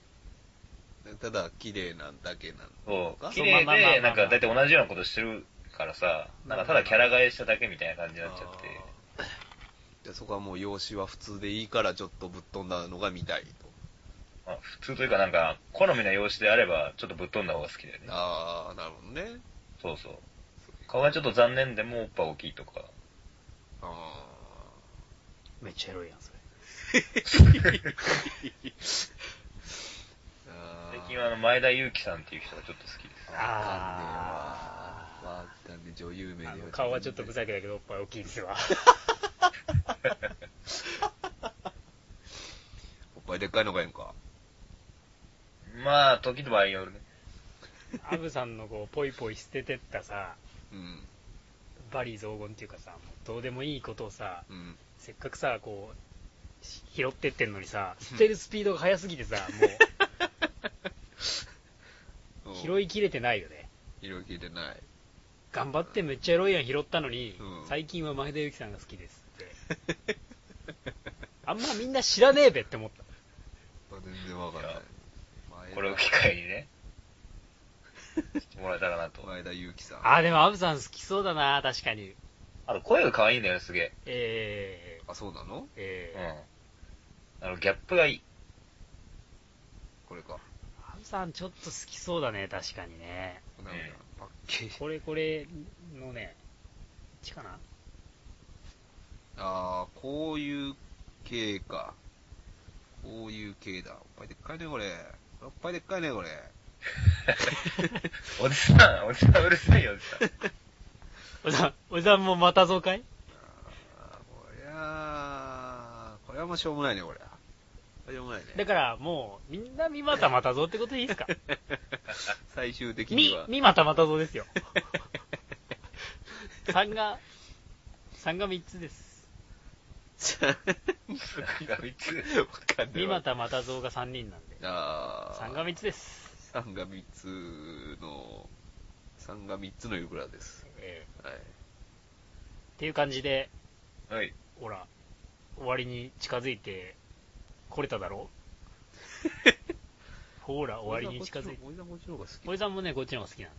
S3: ただ、綺麗なだけな
S2: そ
S3: そう
S2: う。綺麗
S1: まあまあまあまあ
S2: で、なんか大体同じようなことしてるからさ、なんかただキャラ替えしただけみたいな感じになっちゃって。
S3: あーじゃあそこはもう容姿は普通でいいからちょっとぶっ飛んだのが見たいと。
S2: まあ、普通というかなんか、好みな容姿であれば、ちょっとぶっ飛んだ方が好きだよね。
S3: ああ、なるほどね。
S2: そうそう。顔がちょっと残念でもおっぱ大きいとか。
S3: あ
S1: めっちゃエロいやん、それ。
S3: ーあー。
S2: 最近はあの、前田裕貴さんっていう人がちょっと好きです。
S1: あー
S3: わかんねえわ。わかんねえ、女優名で
S1: あの顔はちょっとブ
S3: い。
S1: ザイクだけど、おっぱい大きいですわ。
S3: おっぱいでっかいのがいいのか。
S2: まあ、時と場合によるね。
S1: アブさんのこう、ポイポイ捨ててったさ、
S3: うん。
S1: バリ雑言っていうかさ、もうどうでもいいことをさ、
S3: うん。
S1: せっかくさ、こう、し拾ってってんのにさ、捨てるスピードが速すぎてさ、もう、拾いきれてないよね。
S3: 色聞いてない。
S1: 頑張ってめっちゃエロいやん拾ったのに、
S3: うん
S1: 最近は前田由紀さんが好きですって。あんまみんな知らねえべって思った。
S3: まあ全然わかんない
S2: いや。
S3: 前
S2: *laughs*
S3: 田
S2: これを機会にね、してもらえたらなと。
S3: 前田裕貴さん。
S1: あー、でもアブさん好きそうだな、確かに。
S2: あと、声が可愛いんだよね、すげえ。
S1: え
S3: あ、そうなの
S1: ー、えー、
S2: うん。あの、ギャップがいい。
S3: これか。
S1: アブさんちょっと好きそうだね、確かにね。
S3: こんなのじゃんパッケージ。
S1: これこれのね、こっちか
S3: *laughs*
S1: な
S3: ああ、こういう系か。こういう系だ。おっぱいでっかいね、これ。おっぱいでっかいね、これ。
S2: おじさん、お *laughs* じさんうるさいよ、おじ *laughs* さん。
S1: おじさん、おじさんもまたぞかい
S3: あーこりゃあ、これはもうしょうもないね、これ。これしょうもない
S1: だ
S3: ね。
S1: からもう、みんな見またまたぞってことでいいです
S3: *laughs*
S1: か
S3: 最終的に
S1: み
S3: は、。
S1: みまたまたぞですよ。3が、3が3つです。
S2: が三つ
S3: わかんない
S1: みま
S3: わ。
S1: たまたぞが3人なんで。
S3: あ
S1: 3が3つです。
S3: 3が3つの、3が3つのいくらです。
S1: えー
S3: はい。
S1: っていう感じで、
S2: はい。
S1: ほら、終わりに近づいて、来れただ
S3: *laughs*
S1: ろうほら、終わりに近づいて。
S3: おじさんこっちの方が好き。
S1: おじさんもね、こっちの方が好きなの。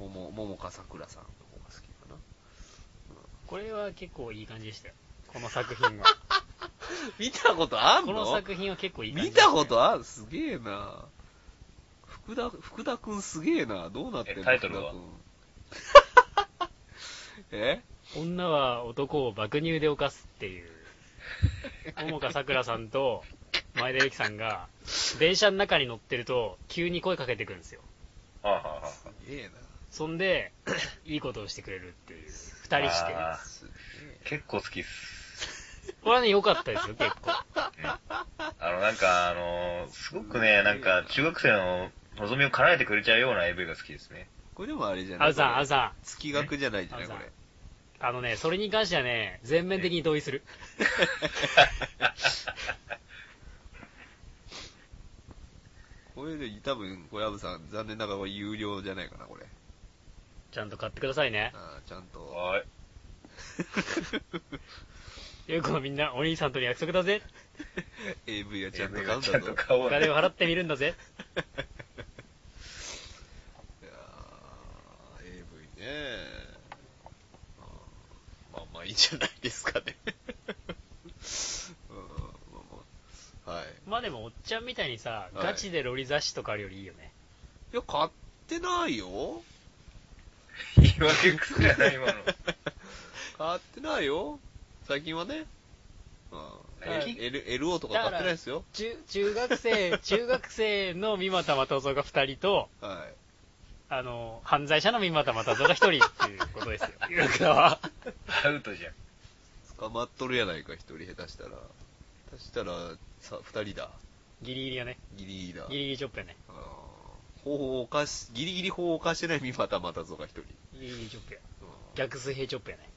S3: うん。もも、ももかさくらさんの方が好きかな。
S1: これは結構いい感じでしたよ。この作品
S3: *laughs*
S1: は。
S3: 見たことあん
S1: こ
S3: の
S1: の作品は結構いい感じ
S3: 見
S1: でした
S3: た
S1: よ
S3: ことあんすげえな。福田、福田くんすげえな。どうなってんの
S2: えタイトルは
S3: 福田くん *laughs* え
S1: 女は男を爆乳で犯すっていう、桃香さくらさんと前田由紀さんが、電車の中に乗ってると、急に声かけてくるんですよ。
S2: はあ、はあはあ、
S3: すげえな。
S1: そんで、いいことをしてくれるっていう、二人して。
S2: あー
S3: すげえ
S2: 結構好きっす。
S1: これはね、良かったですよ、結構。
S2: あの、なんか、あのすごくね、なんか、中学生の望みを叶えてくれちゃうような AV が好きですね。
S3: これでもあれじゃない
S1: あずさん、あず
S3: ん。
S1: さ
S3: 月額じゃないじゃな
S1: あ
S3: い
S1: ず
S3: こ
S1: さん
S3: れ。
S1: ん、あのね、それに関してはね、全面的に同意する。
S3: これで、多分、これアブさん、残念ながらこれ有料じゃないかな、これ。
S1: ちゃんと買ってくださいね。
S3: あーちゃんと。
S2: はい。
S1: ゆうこはみんなお兄さんとの約束だぜ
S3: AV はちゃんと
S2: AV
S3: 買う
S2: は
S3: ん
S2: ちゃ
S3: だ
S2: んと
S3: と。
S2: 買お
S1: お
S2: うね
S1: 金を払ってみるんだぜ
S3: いやー AV ねまあまあまあいいんじゃないですかね。 *laughs* うんまあまあはい。
S1: まあでもおっちゃんみたいにさ、
S3: はい
S1: ガチでロリ雑誌とかあるよりいいよね
S3: いや、買ってないよ。
S2: 言い訳くせやな、今の。
S3: 買ってないよ。最近はね。うん
S2: 最近
S3: L- LO とか買ってないですよ。
S1: 中中学 *laughs* 生中学生の三股又蔵が2人と
S3: は
S1: あの犯罪者の三股又蔵が1人 *laughs* っていうことですよゆうこは
S2: *laughs* アウトじゃん。
S3: い。捕まっとるやないか、一人下手したら。下手したら、さ、二人だ。
S1: ギリギリやね
S3: ギリギリだ。
S1: ギリギリチョップやね
S3: あー法を犯し、ギリギリ法を犯してない三股又蔵が一人。
S1: ギリギリチョップや
S3: うん
S1: 逆水平チョップやね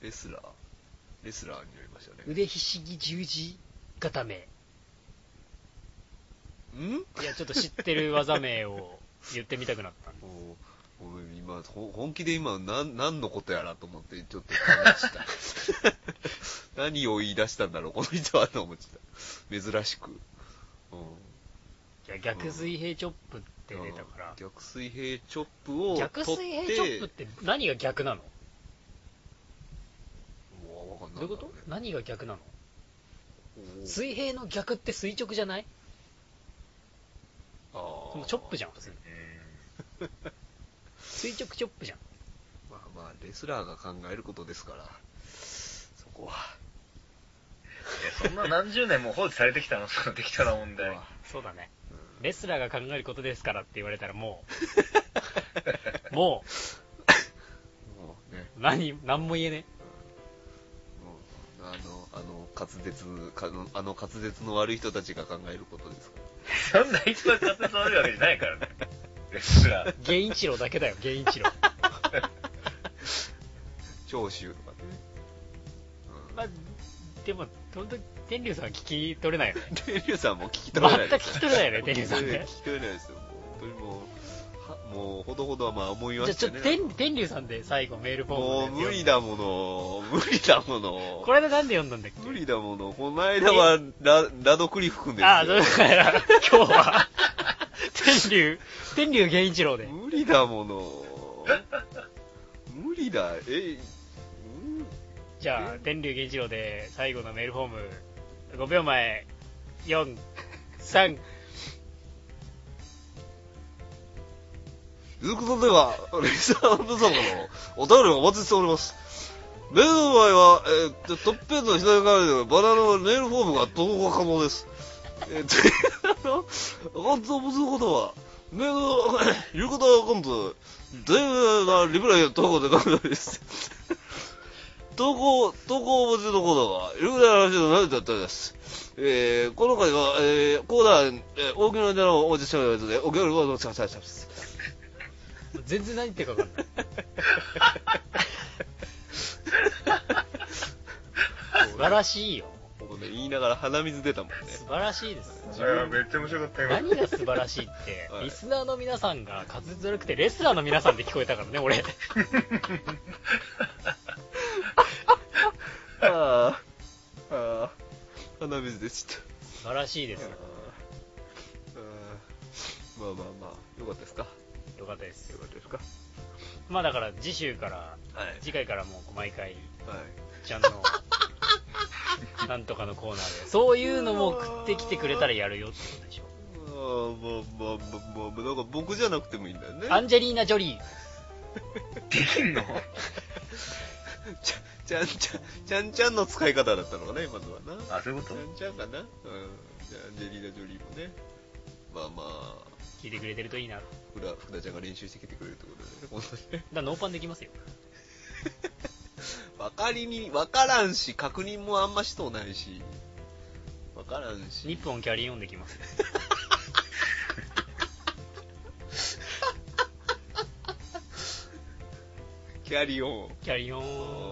S3: レスラーレスラーになりましたね。
S1: 腕ひしぎ十字固め
S3: ん
S1: いやちょっと知ってる技名を言ってみたくなったんで
S3: もう、もう今、ほ本気で今、なん、何のことやらと思って、ちょっと話し
S1: *laughs*
S3: た。何を言い出したんだろう、この人はと思ってた。珍しく。うん。
S1: いや逆水平チョップって出たか
S3: 逆水平チョップを
S1: ら
S3: 取っ
S1: 逆
S3: て、
S1: 水平チョップって何が逆なの
S3: うわわかん
S1: ど
S3: な
S1: うい
S3: い
S1: こ
S3: う
S1: と何が逆なの
S3: おー
S1: 水平の逆って垂直じゃない
S3: あ
S1: でもチョップじゃん普通に
S2: う
S1: 垂直チョップじゃん
S3: ゃん。まあまあ、レスラーが考えることですから、そこは。
S2: ん。いや、そんな何十年も放置されてきたの、その適当な問 *laughs* 題。
S1: そうだね
S3: うん
S1: レスラーが考えることですからって言われたらも
S3: *laughs*
S1: うも
S3: もうね、
S1: う何何も言えね
S3: もうあの、あの、滑舌、かのあの滑舌の悪い人たちが考えることですから。
S2: そんな一発勝手に触るわけじゃないからね。レスラー。
S1: え源一郎だけだよ源一郎
S3: *laughs* 長州とかってね。うん
S1: まあでも本当に天竜さんは聞き取れないよね
S3: 天竜さんも聞き取れない
S1: 全く聞き取れないよね天竜さんね
S3: 聞き取れないですよ。もう本当にもう、はもうほどほどはまあ思い
S1: じ
S3: ま
S1: ゃあ
S3: し
S1: ち
S3: た
S1: ょっ
S3: ね。
S1: と天天竜さんで最後メールフォ
S3: もう
S1: ームのやつ
S3: 無理
S1: 読んで
S3: だもの、無理だもの。
S1: これでなんで読んだんだっけ
S3: 無理だもの。この間はララドクリフ君ですよ。
S1: ああそうだから今日は天竜天竜源一郎で
S3: 無理だもの。無理だ。え、うん
S1: じゃあ天竜源一郎で最後のメールフォーム5秒前43
S3: ということでは、リスナーの皆様からのお便りをお待ちしております。メールの場合は、えーとトップページの左側にバナナのメールフォームが投稿可能です。えー、 *laughs* ツイッターのアカウントを持つことは、メールの、言うことはアカウント、全部なリプライの投稿で可能です。 *laughs* 投稿、投稿をお持ちのコーナーは、いろいろな話の何だったです。えー、この回は、えー、コーナーに、えー、大きなネタをお持ちしておりますので、お気をお持ちください。
S1: 全然何言ってるか分
S3: *laughs*
S1: かんない素晴らしいよ
S3: 僕ね、言いながら鼻水出たもんね。
S1: 素晴らしいです
S2: *laughs* いや、めっちゃ面白かった今。
S1: 何が素晴らしいって、
S3: *laughs* はい
S1: リスナーの皆さんが滑舌悪くてレスラーの皆さんで聞こえたからね俺
S3: ああ。ああ。鼻水出ちゃっ
S1: 素晴らしいで
S3: た。
S1: す
S3: ああ。まあまあまあ、よかったですか
S1: よかったです
S3: よかったですか
S1: まあだから次週から
S3: はい。
S1: 次回からもう毎回
S3: はい。
S1: ちゃ
S3: *laughs*
S1: んのなんとかのコーナーでそういうのも食ってきてくれたらやるよってことでしょ
S3: ああ、まあまあまあまあ、なんか僕じゃなくてもいいんだよね。
S1: アンジェリーナ・ジョリ
S2: *laughs*
S1: ー
S2: できんの
S3: ちゃ、ちゃんちゃん、ちゃんちゃんの使い方だったのかな、今のはな。
S2: あ、そういうこ
S3: ちゃ
S2: と
S3: んちゃんかなうん。じゃあ、アンジェリーナ・ジョリーもね。まあまあ、
S1: 聞いてくれてるといいなだか
S3: ふら、ふらちゃんが練習してきてくれるってことだよね、本当にね。
S1: らノーパンできますよ
S3: わかりに、わからんし、確認もあんましとうないし、わからんし、
S1: 日本キャリーオンできますよ
S3: キャリオン。
S1: キャリーオン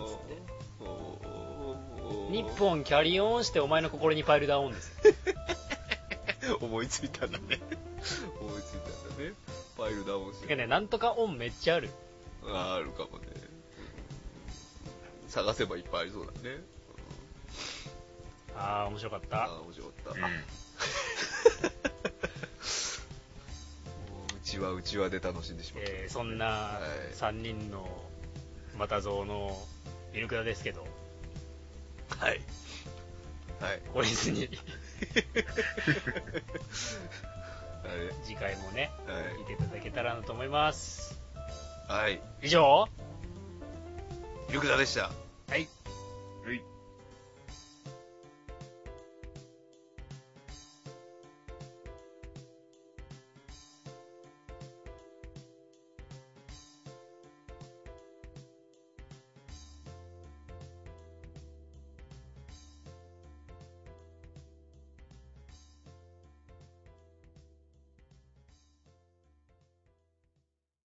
S1: っつって日
S3: 日
S1: 本キャリーオンしてお前の心にパイルダウンオンですよ。
S3: *laughs* 思いついたんだね。 *laughs* 思いついたんだね。ファイルダウンして
S1: てかね、なんとかオンめっちゃある。
S3: あーあるかもね。探せばいっぱいありそうだね。うん
S1: ああ、面白かっ
S3: あ
S1: た。
S3: あ、面白かっ
S2: う
S3: た。
S2: ん
S3: もううちはうちはで楽しんでしまった。
S1: えーそんな
S3: はい
S1: 3人のまたぞのイルクダですけど、
S3: はい。はい。
S1: 懲りずに
S3: は
S1: 次回もね、
S3: はい
S1: 聞いていただけたらなと思います。
S3: い。はい。
S1: 以上
S3: ゆくだでした。
S1: はい。